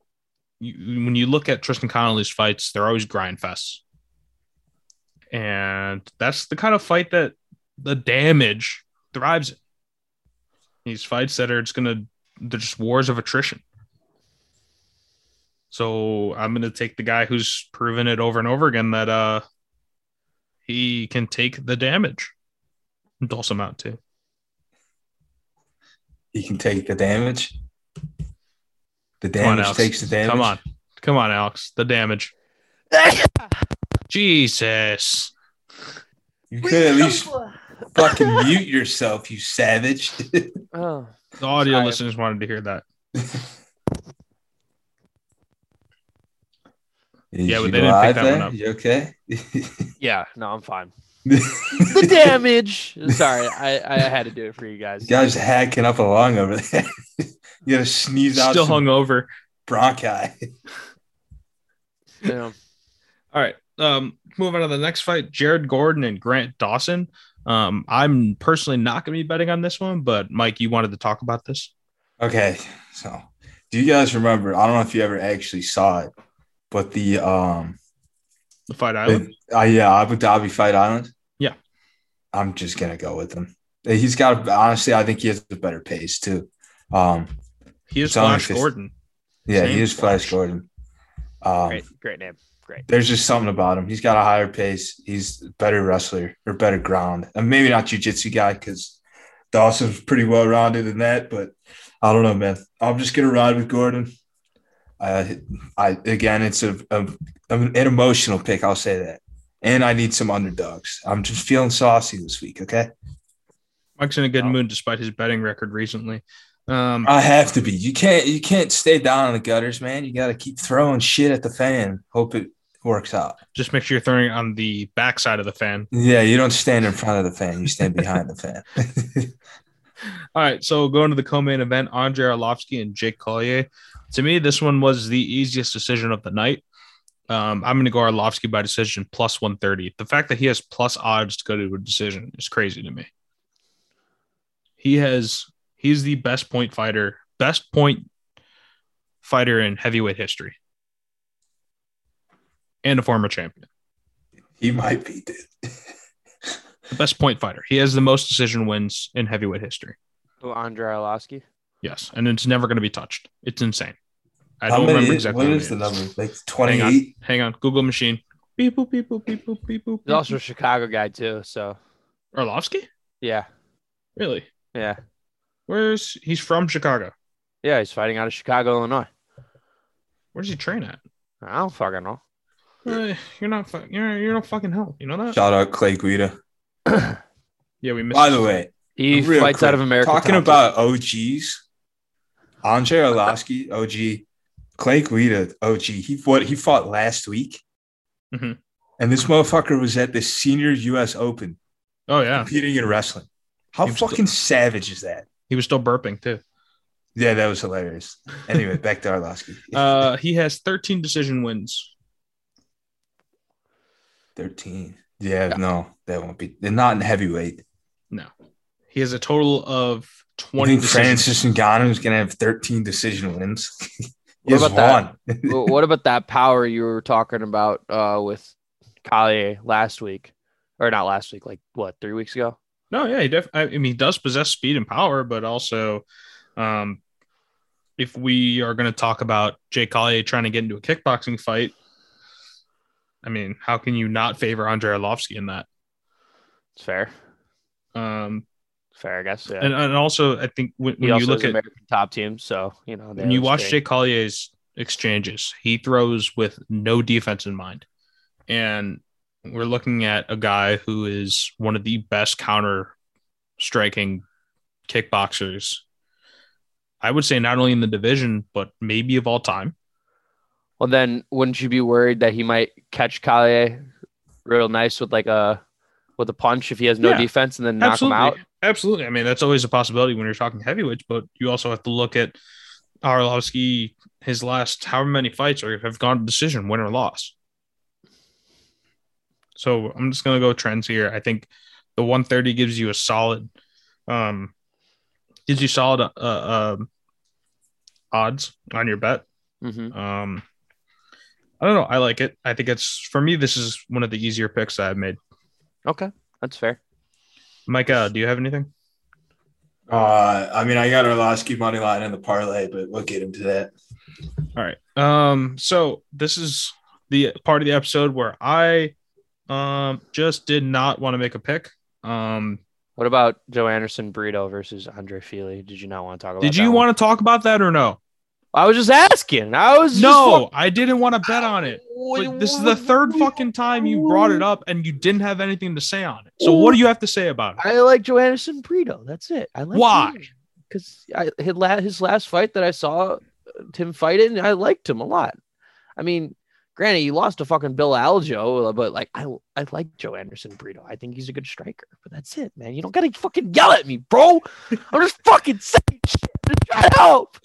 B: you, when you look at Tristan Connolly's fights, they're always grind fests, and that's the kind of fight that the damage thrives in. These fights that are it's gonna they're just wars of attrition. So I'm going to take the guy who's proven it over and over again that uh he can take the damage and dulce him out too.
C: He can take the damage. The
B: Come on,
C: damage
B: Alex.
C: takes the damage.
B: Come on. Come on, Alex. The damage. Jesus.
C: You could at least fucking mute yourself, you savage.
A: Oh.
B: The audio
A: Sorry.
B: listeners wanted to hear that. Yeah, but they didn't pick that one up.
C: You okay?
A: Yeah, no, I'm fine. The
C: the
A: damage. Sorry, I, I had to do it for you guys.
C: Guys hacking up a lung over there. you gotta sneeze out
B: Still
C: some
B: hung over.
C: bronchi.
A: Yeah.
B: All right. Um, moving on to the next fight, Jared Gordon and Grant Dawson. Um, I'm personally not going to be betting on this one, but Mike, you wanted to talk about this.
C: Okay, so do you guys remember? I don't know if you ever actually saw it, but the um,
B: The fight island.
C: uh, yeah, Abu Dhabi Fight Island.
B: Yeah.
C: I'm just gonna go with him. He's got honestly, I think he has a better pace too. Um,
B: He is
C: It's only
B: Flash
C: fif-
B: Gordon.
C: yeah,
B: Same
C: he is Flash Gordon. Um,
A: Great, great name.
C: there's just something about him. He's got a higher pace. He's a better wrestler or better ground. And maybe not jujitsu guy because Dawson's pretty well rounded in that. But I don't know, man. I'm just gonna ride with Gordon. I, I again, it's a, a- an emotional pick. I'll say that. And I need some underdogs. I'm just feeling saucy this week. Okay,
B: Mike's in a good
C: Oh.
B: mood despite his betting record recently. Um,
C: I have to be. You can't. You can't stay down in the gutters, man. You got to keep throwing shit at the fan. Hope it works out.
B: just make sure you're throwing it on the backside of the fan.
C: Yeah, you don't stand in front of the fan. You stand behind the fan.
B: All right, so going to the co-main event, Andre Arlovsky and Jake Collier. To me, this one was the easiest decision of the night. Um, I'm going to go Arlovsky by decision plus 130. The fact that he has plus odds to go to a decision is crazy to me. He has he's the best point fighter, best point fighter in heavyweight history, and a former champion.
C: He might be, dude.
B: the best point fighter. He has the most decision wins in heavyweight history.
A: Oh, Andre Arlovsky.
B: Yes, and it's never going to be touched. It's insane. I
C: How
B: don't
C: many
B: remember
C: is-
B: exactly.
C: What
B: how
C: is the
B: many it is.
C: number? Like
B: Hang on.
C: 28?
B: Hang on, Google machine. Beep boop beep boop beep boop beep boop.
A: He's also a Chicago guy too. So
B: Orlovsky.
A: yeah,
B: Really?
A: yeah,
B: Where's he's from? Chicago.
A: yeah. He's fighting out of Chicago, Illinois.
B: Where does he train at?
A: I don't fucking know.
B: Uh, you're not. Fu- you're you're no fucking help. You know that?
C: Shout out Clay Guida.
B: Yeah, we missed.
C: By the way,
A: He
C: real
A: fights
C: quick,
A: out of America. Top
C: talking
A: Team.
C: about OGs, Andre Orlovsky, OG, Clay Guida, OG. He fought, he fought last week.
B: Mhm.
C: And this motherfucker was at the senior US Open
B: Oh yeah,
C: competing in wrestling. How
B: He was
C: fucking savage is that?
B: he was still burping too.
C: Yeah, that was hilarious. Anyway, back to Orlovsky.
B: Uh, he has 13 decision wins.
C: 13. Yeah, no, that won't be. They're not in heavyweight.
B: He has a total of 20.
C: You think
B: decision-
C: Francis Ngannou is going to have 13 decision wins?
A: What
C: He's
A: about that?
C: one.
A: Well, what about that power you were talking about uh, with Collier last week, or not last week? Like what, three weeks ago?
B: No, yeah, he def- I I mean, he does possess speed and power, but also, um, if we are going to talk about Jay Collier trying to get into a kickboxing fight, I mean, how can you not favor Andre Arlovsky in that?
A: It's fair.
B: Um,
A: Fair, I guess. Yeah.
B: and, and also I think when,
A: he
B: when
A: also
B: you look
A: is
B: at
A: American top team, so you know they
B: when you
A: always
B: watch
A: say-
B: Jake Collier's exchanges, he throws with no defense in mind. And we're looking at a guy who is one of the best counter striking kickboxers. I would say not only in the division, but maybe of all time.
A: Well, then wouldn't you be worried that he might catch Kalle real nice with like a with a punch if he has no
B: Yeah,
A: defense and then knock him out?
B: Absolutely. I mean, that's always a possibility when you're talking heavyweights, but you also have to look at Arlovsky, his last however many fights are have gone to decision, win or loss. So I'm just gonna go trends here. I think the 130 gives you a solid um gives you solid uh, uh odds on your bet.
A: hmm
B: Um I don't know. I like it. I think it's for me, this is one of the easier picks that I've made.
A: Okay, that's fair.
B: Micah, do you have anything?
C: Uh, I mean, I got Orlowski money line in the parlay, but we'll get into that.
B: All right. Um, so this is the part of the episode where I um just did not want to make a pick. Um
A: What about Joe Anderson Burrito versus Andre Feely? Did you not want to talk about?
B: did
A: Oh, that
B: you
A: one?
B: want to talk about that or no?
A: I was just asking. I was
B: No, I didn't want to bet on it.
A: Oh,
B: But this is the third fucking time you brought it up and you didn't have anything to say on it. So what do you have to say about it?
A: I like Joe Anderson Burrito. That's it. I like
B: Why?
A: Because his last his last fight that I saw uh, him fight in, I liked him a lot. I mean, granted, he lost to fucking Bill Aljo, but like I I like Joe Anderson Burrito. I think he's a good striker. But that's it, man. You don't gotta fucking yell at me, bro. I'm just fucking saying shit. I'm just trying to help.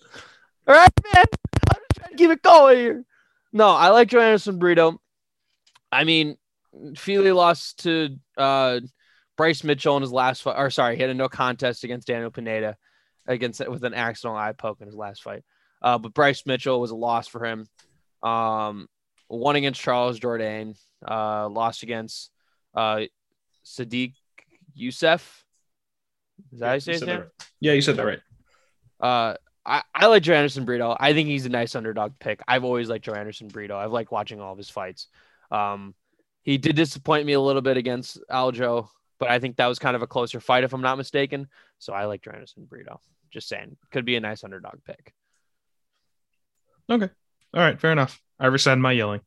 A: All right, man. I'm just trying to keep it going here. No, I like Joe Anderson Burrito. I mean, Feely lost to uh, Bryce Mitchell in his last fight. Or sorry, he had a no contest against Daniel Pineda, against with an accidental eye poke in his last fight. Uh, but Bryce Mitchell was a loss for him. Um, one against Charles Jourdain, uh, lost against uh, Sadiq Youssef. Is that how you say his name?
B: Yeah, you said that right.
A: Uh, I, I like Joe Anderson Brito. I think he's a nice underdog pick. I've always liked Joe Anderson Brito. I've liked watching all of his fights. Um, he did disappoint me a little bit against Aljo, but I think that was kind of a closer fight, if I'm not mistaken. So I like Joe Anderson Brito. Just saying, could be a nice underdog pick.
B: All right, fair enough. I rescind my yelling.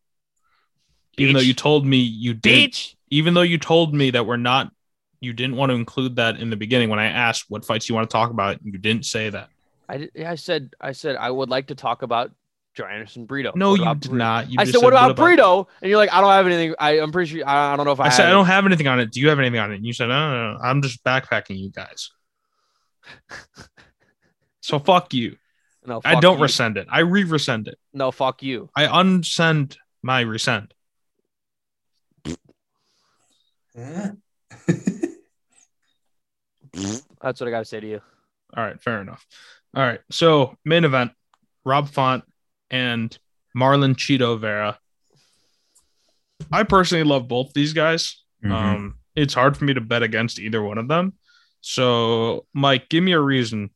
B: Even though
A: Bitch.
B: you told me you did
A: Beach.
B: even though you told me that we're not you didn't want to include that in the beginning when I asked what fights you want to talk about, you didn't say that.
A: I did, I said I said I would like to talk about Joe Anderson Brito.
B: No,
A: What
B: you
A: about
B: did
A: Brito?
B: not. You
A: I
B: just
A: said, what about,
B: it?"
A: Brito? And you're like, I don't have anything. I, I'm pretty sure. I, I don't know if I.
B: I said,
A: have
B: I don't have anything on it. Do you have anything on it? And you said, no, no, no, I'm just backpacking you guys. so fuck you.
A: it." No,
B: I
A: fuck
B: don't
A: you.
B: rescind it. I re rescind it.
A: No, fuck you.
B: I unsend my resend.
C: Yeah.
A: That's what I gotta say to you.
B: All right, fair enough. All right. So main event, Rob Font and Marlon Cheeto Vera. I personally love both these guys.
C: Mm-hmm.
B: Um, it's hard for me to bet against either one of them. So, Mike, give me a reason.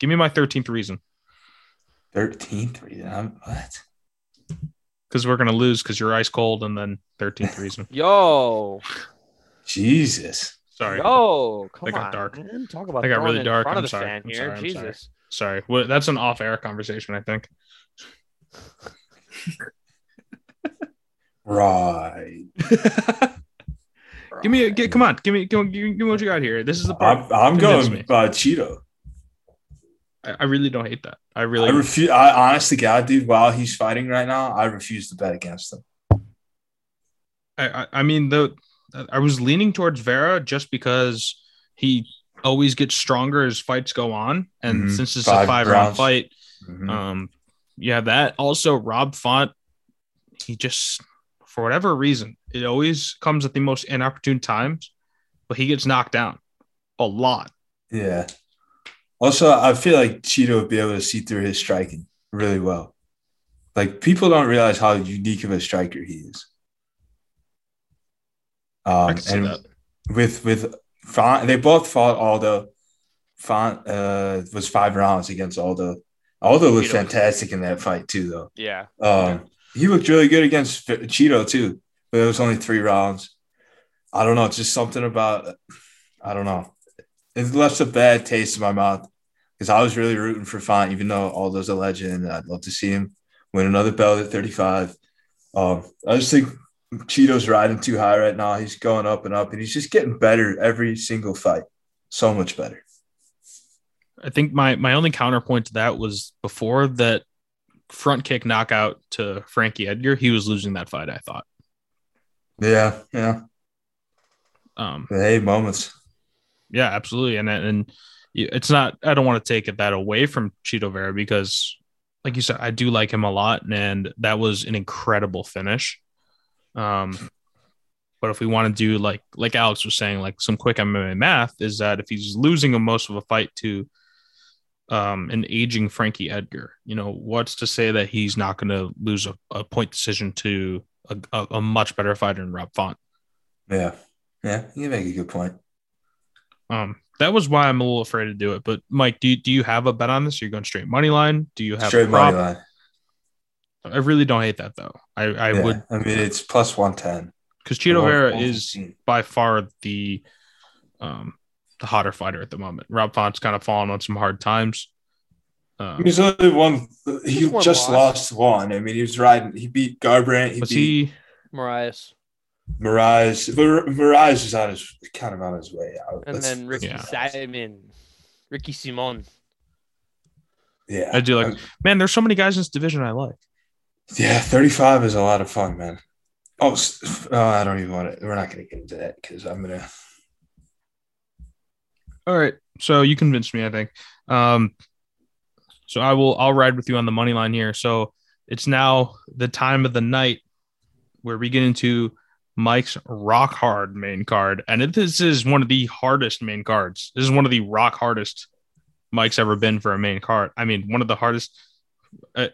B: Give me my 13th reason
C: 13th reason. I'm, what?
B: because we're going to lose because you're ice cold and then 13th reason.
A: Yo,
C: Jesus.
B: Sorry.
A: yo, come
B: got
A: on,
B: dark.
A: man. Talk about
B: They got
A: throwing
B: really
A: in
B: dark.
A: Front of
B: I'm
A: the
B: sorry.
A: fan
B: I'm
A: here.
B: sorry. I'm sorry.
A: Jesus,
B: Sorry. Well, that's an off air conversation, I think.
C: Right.
B: Give me a get, come on. Give me, give, give, give me what you got here. This is the part.
C: I'm, I'm
B: Convince
C: going
B: me.
C: uh, Cheeto.
B: I, I really don't hate that. I really,
C: I refuse. I honestly, God, dude, while he's fighting right now, I refuse to bet against him.
B: I, I, I mean, the I was leaning towards Vera just because he always gets stronger as fights go on, and
C: Mhm.
B: since it's a
C: Five
B: five round
C: rounds.
B: fight,
C: Mhm.
B: um, you have that. Also, Rob Font, he just for whatever reason, it always comes at the most inopportune times, but he gets knocked down a lot.
C: Yeah. Also, I feel like Cheeto would be able to see through his striking really well. Like people don't realize how unique of a striker he is.
B: I
C: Um,
B: can see
C: and
B: that.
C: with with Font, they both fought Aldo. Font uh, was five rounds against Aldo. Aldo looked
A: Cheeto.
C: fantastic in that fight too, though.
A: yeah.
C: Um, He looked really good against F- Cheeto too, but it was only three rounds. I don't know. It's just something about, I don't know. It left a bad taste in my mouth because I was really rooting for Font, even though Aldo's a legend. And I'd love to see him win another belt at 35. Um, I just think Cheeto's riding too high right now. He's going up and up, and he's just getting better every single fight. So much better.
B: I think my my only counterpoint to that was before that front kick knockout to Frankie Edgar, he was losing that fight. I thought.
C: Yeah, yeah.
B: Um,
C: Hey, moments.
B: yeah, absolutely, and and you- it's not. I don't want to take that away from Cheeto Vera because, like you said, I do like him a lot, and that was an incredible finish. Um, but if we want to do like like Alex was saying, like some quick MMA math is that if he's losing a most of a fight to um an aging Frankie Edgar, you know, what's to say that he's not going to lose a, a point decision to a, a, a much better fighter in Rob Font?
C: Yeah, yeah. You make a good point.
B: Um, that was why I'm a little afraid to do it. But Mike, do you, do you have a bet on this? You're going straight money line. Do you have
C: Straight
B: a prop?
C: money line.
B: I really don't hate that though. I I
C: Yeah,
B: would
C: I mean, it's plus one ten.
B: because Cheeto Vera is by far the um the hotter fighter at the moment. Rob Font's kind of fallen on some hard times. Um,
C: He's only one. He
A: He's one
C: just
A: loss.
C: lost one. I mean, he was riding. He beat Garbrandt. He
B: was
C: beat
B: he?
A: Marias.
C: Mirage. Mir- Mirage is on his kind of on his way out.
A: And
C: Let's-
A: then Ricky
B: yeah.
A: Simon. Ricky Simon.
C: yeah,
B: I do like. Man, there's so many guys in this division I like.
C: yeah. Thirty-five is a lot of fun, man. Oh, s- oh I don't even want to. We're not going to get into that because I'm gonna.
B: All right. So you convinced me, I think. Um, so I will I'll ride with you on the money line here. So it's now the time of the night where we get into Mike's rock hard main card. And it, this is one of the hardest main cards. This is one of the rock hardest Mike's ever been for a main card. I mean, one of the hardest. Uh,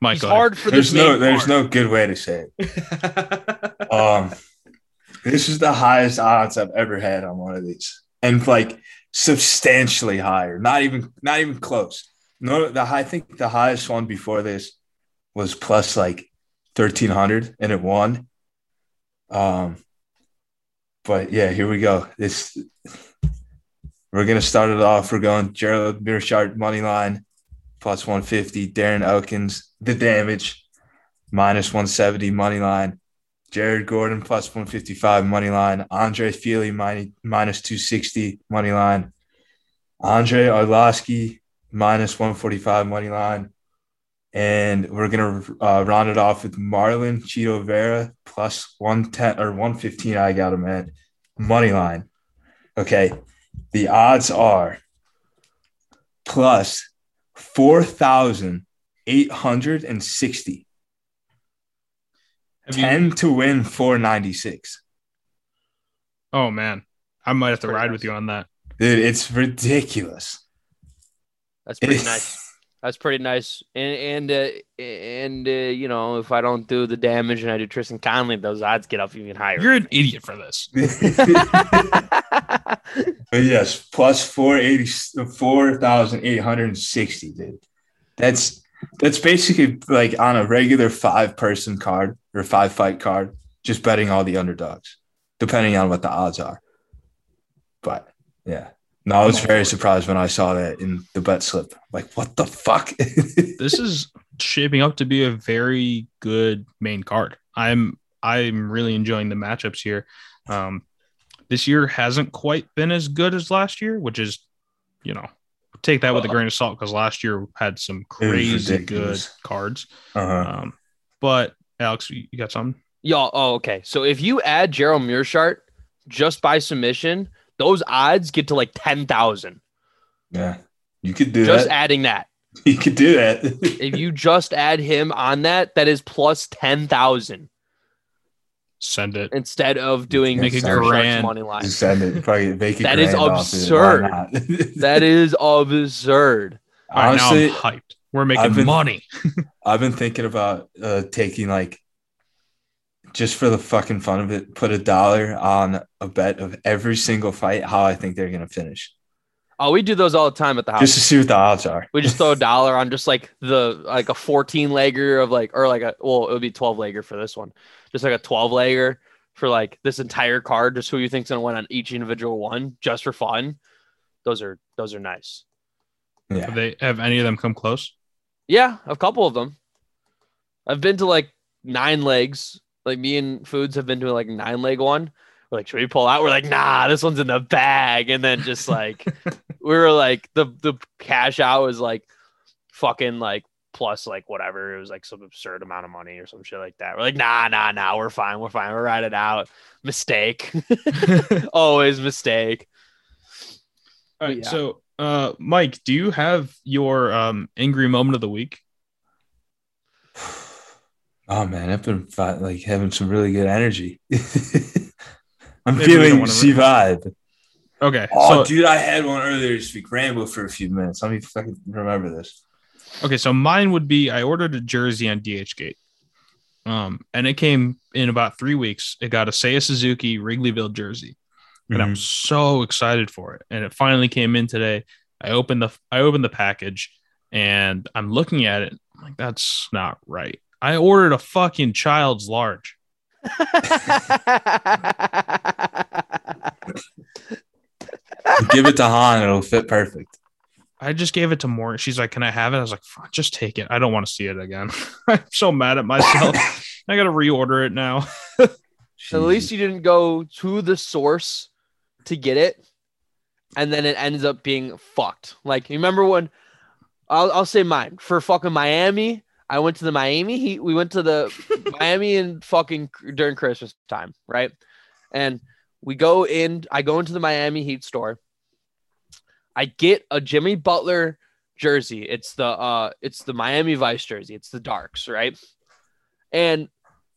B: Mike,
A: He's
B: go ahead.
A: hard for
C: There's
A: this
C: no.
A: main
C: There's
A: card.
C: no good way to say it. Um, this is the highest odds I've ever had on one of these, and like substantially higher. Not even not even close. No, the high- I think the highest one before this was plus like thirteen hundred, and it won. Um, but yeah, here we go. This we're gonna start it off. We're going Gerald Mearshart money line plus one fifty. Darren Elkins the damage minus one seventy money line. Jared Gordon plus 155 money line. Andre Feely min- minus 260 money line. Andre Arlovsky minus 145 money line. And we're going to uh, round it off with Marlon Cheeto Vera plus 110 or 115. I got him at money line. Okay. The odds are plus 4,860.
B: Have you-
C: 10 to win 496.
B: oh man, I might have to
A: Pretty
B: ride
A: nice.
B: with you on that.
C: Dude, it's ridiculous.
A: That's pretty
C: It's,
A: nice. That's pretty nice. And and uh, and uh, you know, if I don't do the damage and I do Tristan Conley, those odds get up even higher.
B: You're an idiot for this.
C: but yes, plus 480 4,860, dude. That's that's basically like on a regular five person card or five fight card, just betting all the underdogs, depending on what the odds are. But yeah. No, I was very surprised when I saw that in the bet slip. Like, what the fuck?
B: this is shaping up to be a very good main card. I'm I'm really enjoying the matchups here. Um, this year hasn't quite been as good as last year, which is, you know, take that with a grain of salt because last year had some crazy good
C: ridiculous.
B: cards.
C: uh-huh.
B: Um, but Alex, you you got something?
A: Y'all, oh, okay. So if you add Gerald Mearshart just by submission, those odds get to like ten thousand.
C: Yeah. You could do
A: Just
C: that.
A: adding that.
C: You could do that.
A: If you just add him on that, that is plus ten thousand
B: Send it.
A: instead of doing
C: Make it
A: Mearshardt's
B: grand.
A: money line.
C: Just send it. Probably make it
A: That is
C: grand off it.
A: absurd.
C: Why not?
A: That is absurd.
B: All right,
C: Honestly,
B: now I'm hyped. We're making
C: I've been-
B: money.
C: I've been thinking about uh, taking like just for the fucking fun of it, put a dollar on a bet of every single fight how I think they're gonna finish,
A: Oh, we do those all the time at the house.
C: just to see what the odds are.
A: We just throw a dollar on just like the like a 14 legger of like or like a well it would be 12 legger for this one. Just like a 12 legger for like this entire card, just who you think's gonna win on each individual one, just for fun. Those are those are nice.
C: Yeah.
B: Have they have any of them come close?
A: Yeah, a couple of them. I've been to like nine legs. Like me and Foods have been to like nine leg one. We're like, should we pull out? We're like, nah, this one's in the bag. And then just like we were like the the cash out was like fucking like plus like whatever. It was like some absurd amount of money or some shit like that. We're like, nah, nah, nah, we're fine, we're fine, we're riding out. Mistake. Always mistake.
B: All right.
A: Yeah.
B: So, uh, Mike, do you have your um, angry moment of the week?
C: Oh man, I've been fi- like having some really good energy.
B: Maybe we
C: I'm
B: don't
C: feeling
B: wanna-
C: C vibe.
B: Okay. so,
C: Oh, dude, I had one earlier this week. Rambo for a few minutes. Let me fucking remember this.
B: okay. So mine would be I ordered a jersey on DHgate, um, and it came in about three weeks. It got a Seiya Suzuki Wrigleyville jersey. and
C: Mhm.
B: I'm so excited for it. And it finally came in today. I opened the I opened the package and I'm looking at it. I'm like, that's not right. I ordered a fucking child's large.
C: Give it to Han, it'll fit perfect.
B: I just gave it to Morgan. She's like, "Can I have it?" I was like, "Fuck, "Just take it. I don't want to see it again." I'm so mad at myself. I got to reorder it now.
A: So at least you didn't go to the source to get it, and then it ends up being fucked. Like you remember when I'll, I'll say mine for fucking Miami. I went to the Miami Heat. We went to the Miami and fucking during Christmas time, right? And we go in. I go into the Miami Heat store. I get a Jimmy Butler jersey. It's the uh, it's the Miami Vice jersey. It's the darks, right? And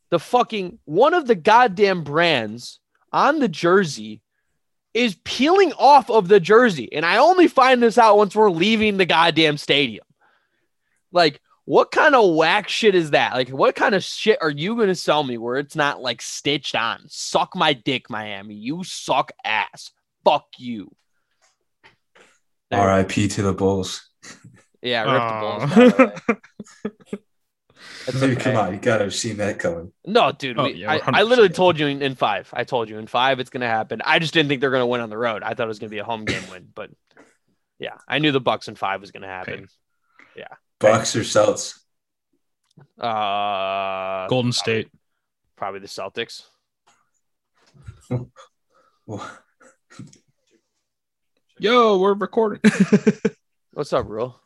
A: the fucking one of the goddamn brands on the jersey is peeling off of the jersey. And I only find this out once we're leaving the goddamn stadium. Like, what kind of whack shit is that? Like, what kind of shit are you going to sell me where it's not like stitched on? Suck my dick, Miami. You suck ass. Fuck you.
C: R.I.P. to the Bulls.
A: Yeah,
B: Aw.
A: rip the balls. That's
C: Dude,
A: okay.
C: Come on, you gotta have seen that coming.
A: No, dude,
B: Oh,
A: we,
B: yeah,
A: I,
B: 100%.
A: I literally told you in, in five. I told you in five it's gonna happen. I just didn't think they're gonna win on the road. I thought it was gonna be a home game win, but yeah, I knew the Bucks in five was gonna happen.
C: Bucks or Celts?
A: Uh,
B: Golden State.
A: probably the Celtics.
B: Yo, we're recording.
A: What's up, Rule?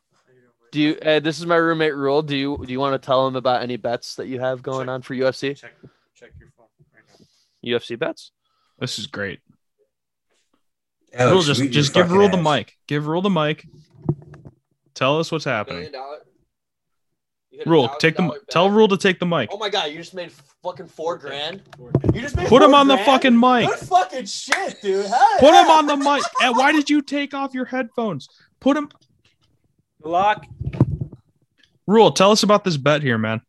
A: Do you? Uh, this is my roommate, Rule. Do you do you want to tell him about any bets that you have going on for UFC?
D: Check, check your phone right now.
A: UFC bets?
B: this is great.
C: Alex,
B: Rule, just
C: sweep your
B: just give
C: Oh, fucking
B: Rule the
C: ass.
B: mic. Give Rule the mic. Tell us what's happening.
A: dollar.
B: Rule, take the tell Rule to take the mic.
A: Oh my god, you just made fucking four grand.
D: Four.
A: You just made
B: Put him on the fucking mic.
A: fucking shit, dude.
B: Put him on the mic. And why did you take off your headphones? Put him.
D: Lock.
B: Rule, tell us about this bet here, man.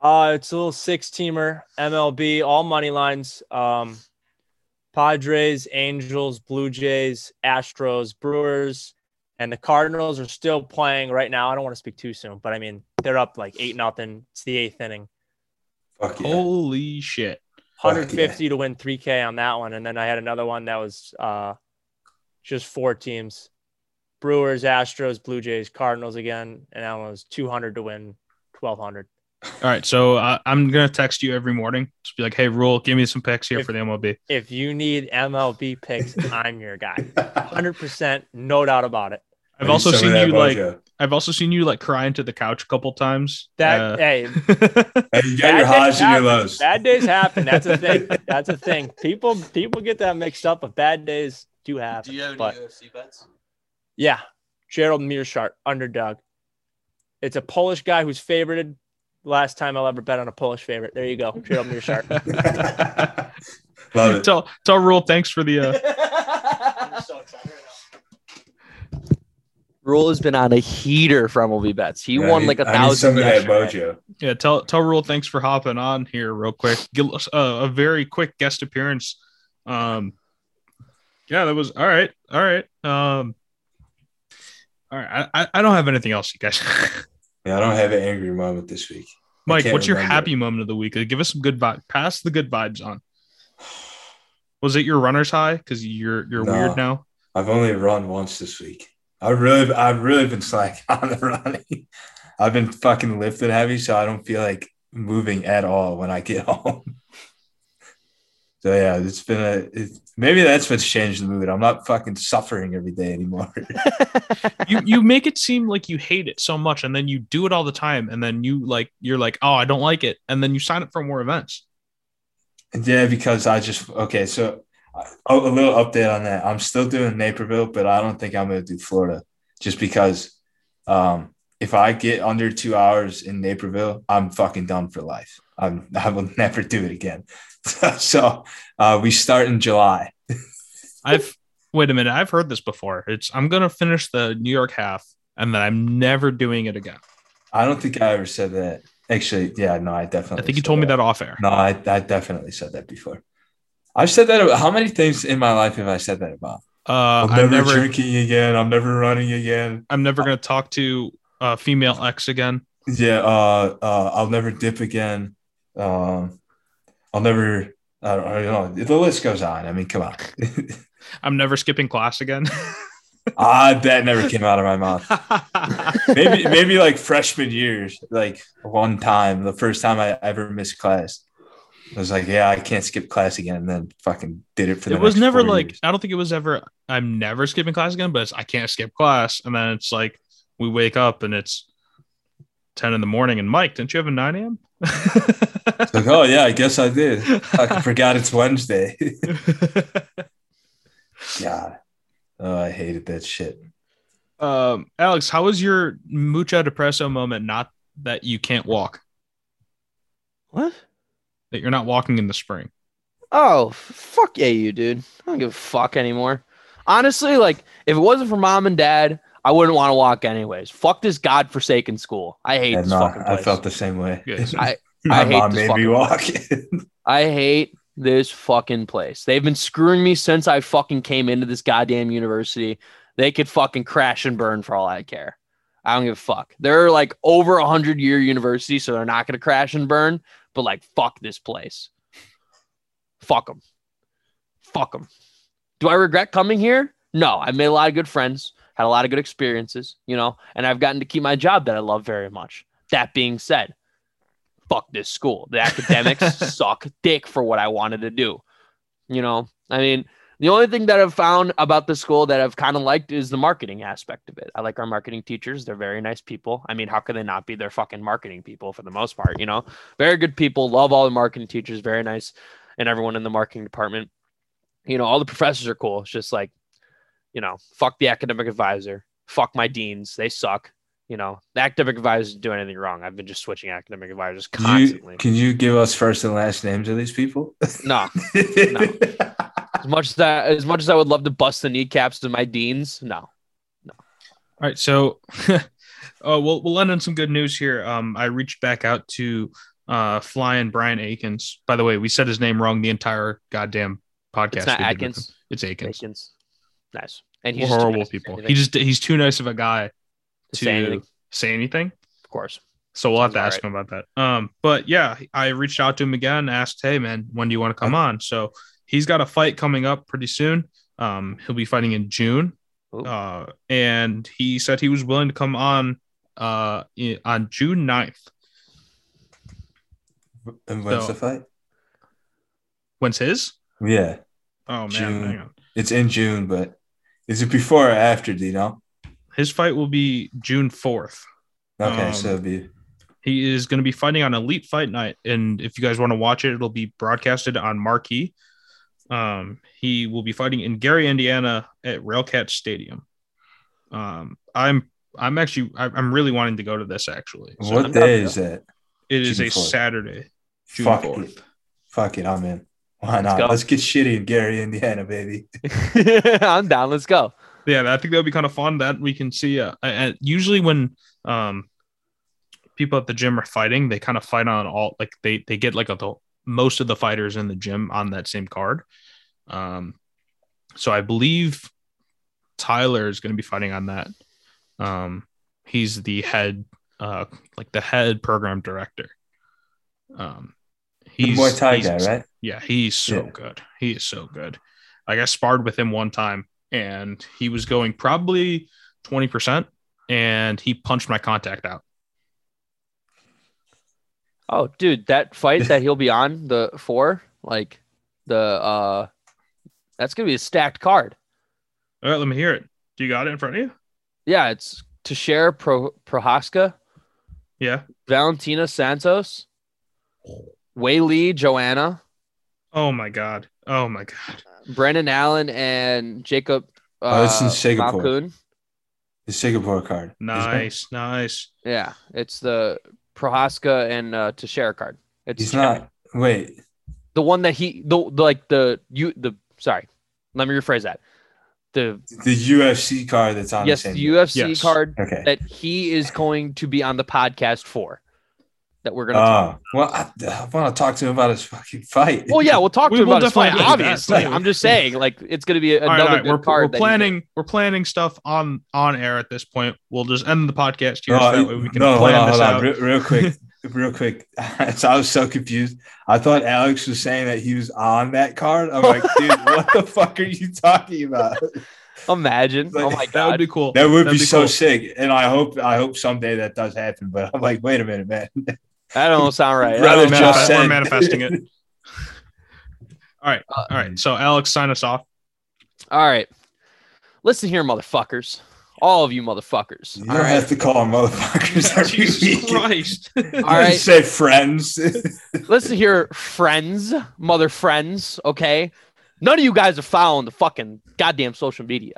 D: Uh, it's a little six teamer MLB, all money lines. Um, Padres, Angels, Blue Jays, Astros, Brewers, and the Cardinals are still playing right now. I don't want to speak too soon, but I mean they're up like eight nothing. It's the eighth inning.
C: Fuck yeah.
B: Holy shit!
C: Fuck yeah.
D: 150 to win 3K on that one, and then I had another one that was uh, just four teams: Brewers, Astros, Blue Jays, Cardinals again, and that one was 200 to win 1200.
B: All right, so uh, I'm gonna text you every morning. Just be like, "Hey, Rule, give me some picks here for the MLB."
D: If you need MLB picks, I'm your guy. 100%, no doubt about it.
B: I've
C: Need
B: also
C: some of
B: seen
C: that
B: you like,
C: mojo.
B: I've also seen you like cry into the couch a couple times.
D: That
B: Uh,
C: Hey,
D: hey,
C: you got
D: bad
C: your
D: days,
C: highs and your
D: happen.
C: lows.
D: bad days happen. That's a thing. That's a thing. People people get that mixed up, but bad days do happen. but
A: UFC bets?
D: Yeah, Gerald Mearshart, underdog. It's a Polish guy who's favorited. Last time I'll ever bet on a Polish favorite. There you go, Gerald Mearshart.
C: Love it.
B: tell tell Rule thanks for the. Uh,
A: Rule has been on a heater for MLB bets. He
C: Yeah, I
A: won
C: need-
A: like a
C: I need
A: thousand.
C: Some of that
A: yesterday.
C: mojo.
B: yeah, tell tell Rule thanks for hopping on here real quick. Give us a, a very quick guest appearance. Um, yeah, that was all right. All right. Um, all right. I, I, I don't have anything else, you guys.
C: Yeah, I don't have an angry moment this week. I
B: Mike,
C: can't
B: what's your
C: remember.
B: happy moment of the week? Like, give us some good vibes. Pass the good vibes on. Was it your runner's high? Because you're you're
C: No.
B: weird now.
C: I've only run once this week. I really, I've really been slack on the running. I've been fucking lifted heavy, so I don't feel like moving at all when I get home. So yeah, it's been a. It, maybe that's what's changed the mood. I'm not fucking suffering every day anymore.
B: You you make it seem like you hate it so much, and then you do it all the time, and then you like you're like, oh, I don't like it, and then you sign up for more events.
C: yeah, because I just okay. So a, a little update on that. I'm still doing Naperville, but I don't think I'm gonna do Florida just because um, if I get under two hours in Naperville, I'm fucking done for life. I'm, I will never do it again. so uh, we start in July.
B: I've wait a minute, I've heard this before. It's I'm gonna finish the New York half, and then I'm never doing it again.
C: I don't think I ever said that. Actually, yeah, no, I
B: I
C: definitely.
B: think you
C: said
B: told me that off air.
C: No, I, I definitely said that before. I've said that. How many things in my life have I said that about?
B: Uh,
C: I'm
B: I'm
C: never,
B: never
C: drinking again. I'm never running again.
B: I'm never gonna talk to uh, female ex again.
C: Yeah, uh, uh, I'll never dip again. Um, I'll never. I don't, I don't know. The list goes on. I mean, come on.
B: I'm never skipping class again.
C: ah, that never came out of my mouth. Maybe, maybe like freshman years, like one time, the first time I ever missed class. I was like, yeah, I can't skip class again, and then fucking did it for the
B: it was
C: next
B: never
C: four
B: like
C: years.
B: I don't think it was ever I'm never skipping class again, but it's I can't skip class. And then it's like we wake up and it's ten in the morning and Mike, didn't you have a nine AM?
C: It's like, oh yeah, I guess I did. I forgot it's Wednesday. God, oh, I hated that shit.
B: um Alex, how was your mucho depresso moment? Not that you can't walk,
A: What?
B: that you're not walking in the spring.
A: Oh, f- fuck yeah, you dude. I don't give a fuck anymore. Honestly, like if it wasn't for mom and dad, I wouldn't want to walk anyways. Fuck this godforsaken school. I hate
C: Yeah,
A: this
C: no,
A: fucking
C: uh, I
A: place.
C: felt the same way.
B: Good.
A: I-
C: My
A: I hate
C: mom
A: this
C: made me
A: fucking
C: walk.
A: I hate this fucking place. They've been screwing me since I fucking came into this goddamn university. They could fucking crash and burn for all I care. I don't give a fuck. They're like over a hundred year university, so they're not gonna crash and burn. But like, fuck this place. Fuck them. Fuck them. Do I regret coming here? No. I made a lot of good friends, had a lot of good experiences, you know, and I've gotten to keep my job that I love very much. That being said, fuck this school. The academics suck dick for what I wanted to do. You know, I mean, the only thing that I've found about the school that I've kind of liked is the marketing aspect of it. I like our marketing teachers. They're very nice people. I mean, how can they not be? They're fucking marketing people for the most part, you know? Very good people. Love all the marketing teachers. Very nice. And everyone in the marketing department. You know, all the professors are cool. It's just like, you know, fuck the academic advisor. Fuck my deans. They suck. You know, the academic advisor didn't do anything wrong. I've been just switching academic advisors
C: Can you,
A: constantly.
C: can you give us first and last names of these people?
A: no. As much as I, as much as I would love to bust the kneecaps of my deans, no.
B: All right, so uh, we'll we'll end on some good news here. Um, I reached back out to uh, flying Brian Akins. By the way, we said his name wrong the entire goddamn podcast.
A: It's not
B: we did with him.
A: Atkins.
B: It's Akins.
A: Akins. Nice. And
B: We're
A: he's just too
B: horrible
A: nice to say
B: people. He
A: anything-
B: just he's too nice of a guy
A: to
B: to
A: say anything,
B: say anything.
A: of course.
B: So we'll have
A: Sounds
B: to ask him about that. Um, but yeah, I reached out to him again, asked, "Hey, man, when do you want to come on?" So he's got a fight coming up pretty soon. Um, he'll be fighting in June,
A: Ooh.
B: uh, and he said he was willing to come on uh i- on June 9th.
C: and when's
B: So-
C: the fight?
B: When's his?
C: Yeah,
B: Oh man,
C: June.
B: hang on.
C: it's in June, but is it before or after? Do you know?
B: His fight will be June 4th.
C: Okay,
B: Um,
C: so it'd be
B: He is going to be fighting on Elite Fight Night, and if you guys want to watch it, it'll be broadcasted on Marquee. Um, he will be fighting in Gary, Indiana, at Railcat Stadium. Um, I'm I'm actually I- I'm really wanting to go to this actually. So
C: what
A: I'm
C: day
A: not-
C: is that?
B: it is
C: June
B: a
C: 4th.
B: Saturday, June
C: Fuck it,
B: 4th.
C: fuck it, I'm in. Why
A: go.
C: not? Let's get shitty in Gary, Indiana, baby.
A: I'm down. Let's go.
B: Yeah, I think that would be kind of fun. That we can see. Uh, uh, usually when um people at the gym are fighting, they kind of fight on all like they they get like a, the most of the fighters in the gym on that same card. Um, so I believe Tyler is going to be fighting on that. Um, he's the head, uh, like the head program director. Um, He's
C: Muay Thai
B: he's-
C: guy, right?
B: Yeah, he's so
C: Yeah.
B: good. He is so good. Like I sparred with him one time and he was going probably 20% and he punched my contact out.
A: Oh, dude, that fight that he'll be on the four, like the uh, that's gonna be a stacked card.
B: All right, let me hear it. Do you got it in front of you?
A: Yeah, it's Teixeira Pro- Prohaska,
B: Yeah.
A: Valentina Santos, Wei Lee Joanna,
B: Oh my god. Oh my god.
A: Brennan Allen, and Jacob. Uh,
C: Oh, it's in Singapore.
A: Malkoon.
C: The Singapore card.
B: Nice, nice.
A: Yeah, it's the Prohaska and uh, Teixeira card. It's
C: He's not. Wait.
A: the one that he the, the like the you the sorry, let me rephrase that. The
C: The UFC card that's on
A: yes,
C: the
A: the
C: same.
A: UFC
B: Yes.
A: card
C: okay.
A: that he is going to be on the podcast for. That we're gonna. talk.
C: Oh, well, I, I want to talk to him about his fucking fight.
A: Well, yeah, we'll talk
B: We
A: to him
B: will
A: about his fight.
B: definitely do that,
A: Obviously,
B: too.
A: I'm just saying, like, it's gonna be
B: All
A: another
B: right, all right.
A: good
B: We're,
A: card.
B: we're
A: that he-
B: planning we're planning stuff on on air at this point. We'll just end the podcast here
C: No,
B: so that way we can
C: Uh, Oh, no,
B: plan
C: hold on,
B: this
C: hold on.
B: out.
C: Real, real quick, real quick. so I was so confused. I thought Alex was saying that he was on that card. I'm like, dude, what the fuck are you talking about?
A: Imagine. oh my
C: Like,
B: That would
A: god.
B: be cool.
C: That would
B: That'd
C: be, so
B: cool.
C: sick. And I hope, I hope someday that does happen. But I'm like, wait a minute, man.
A: that don't sound right. That
C: Rather
A: don't
B: We're,
C: Just
A: sound
B: manifest-
A: right.
B: we're
C: said.
B: manifesting it. All right.
A: Uh,
B: All right. So Alex, sign us off.
A: All right. Listen here, motherfuckers. All of you motherfuckers.
C: You
A: All
C: don't
A: right.
C: have to call them motherfuckers every week.
B: Jesus Christ.
A: All
C: You
A: right.
C: say friends.
A: Listen here, friends, mother friends, okay? None of you guys are following the fucking goddamn social media.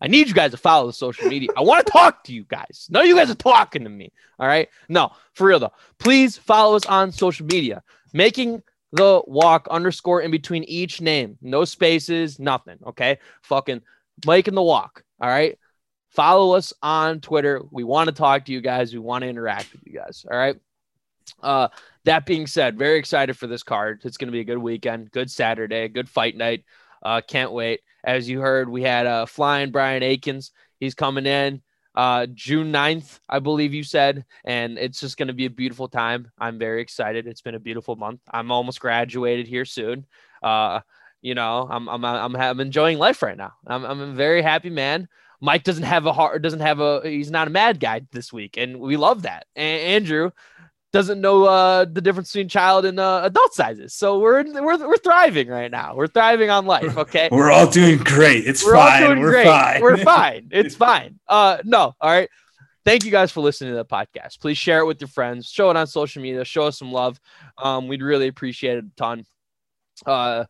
A: I need you guys to follow the social media. I want to talk to you guys. None of you guys are talking to me. All right. No, for real though. Please follow us on social media. Making the walk underscore in between each name. No spaces, nothing. Okay. Fucking making the walk. All right. Follow us on Twitter. We want to talk to you guys. We want to interact with you guys. All right. Uh, that being said, very excited for this card. It's going to be a good weekend, good Saturday, good fight night. Uh, can't wait. As you heard, we had uh, flying Brian Akins. He's coming in uh, June 9th, I believe you said. And it's just going to be a beautiful time. I'm very excited. It's been a beautiful month. I'm almost graduated here soon. Uh, you know, I'm, I'm, I'm, I'm enjoying life right now. I'm, I'm a very happy man. Mike doesn't have a heart, doesn't have a, he's not a mad guy this week. And we love that. And Andrew, doesn't know uh, the difference between child and uh, adult sizes. So we're we're we're thriving right now. We're thriving on life. Okay,
C: We're all doing great. It's
A: we're
C: fine.
A: all doing
C: We're
A: great.
C: fine.
A: We're fine. It's fine. Uh, no, all right. Thank you guys for listening to the podcast. Please share it with your friends. Show it on social media. Show us some love. Um, we'd really appreciate it a ton. Uh,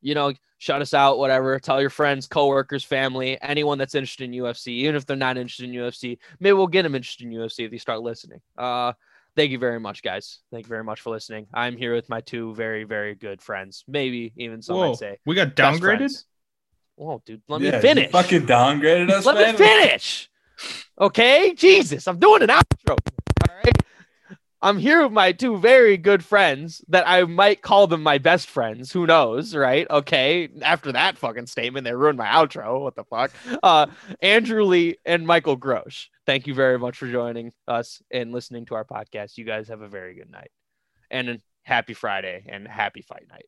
A: you know, shut us out. Whatever. Tell your friends, coworkers, family, anyone that's interested in UFC, even if they're not interested in UFC. Maybe we'll get them interested in UFC if they start listening. Uh, thank you very much, guys. Thank you very much for listening. I'm here with my two very, very good friends. Maybe even some
B: Whoa.
A: might say
B: We got
A: best
B: downgraded.
A: friends. Whoa, dude, let
C: Yeah,
A: me
C: you
A: finish.
C: Fucking downgraded us,
A: Let
C: man.
A: me finish. Okay, Jesus, I'm doing an outro. All right. I'm here with my two very good friends that I might call them my best friends. Who knows, right? Okay. After that fucking statement, they ruined my outro. What the fuck? Uh, Andrew Lee and Michael Grosh. Thank you very much for joining us and listening to our podcast. You guys have a very good night and a happy Friday and happy fight night.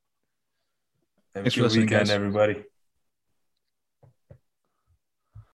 C: Have a
B: Thanks for
C: good
B: listening,
C: weekend,
B: guys.
C: everybody.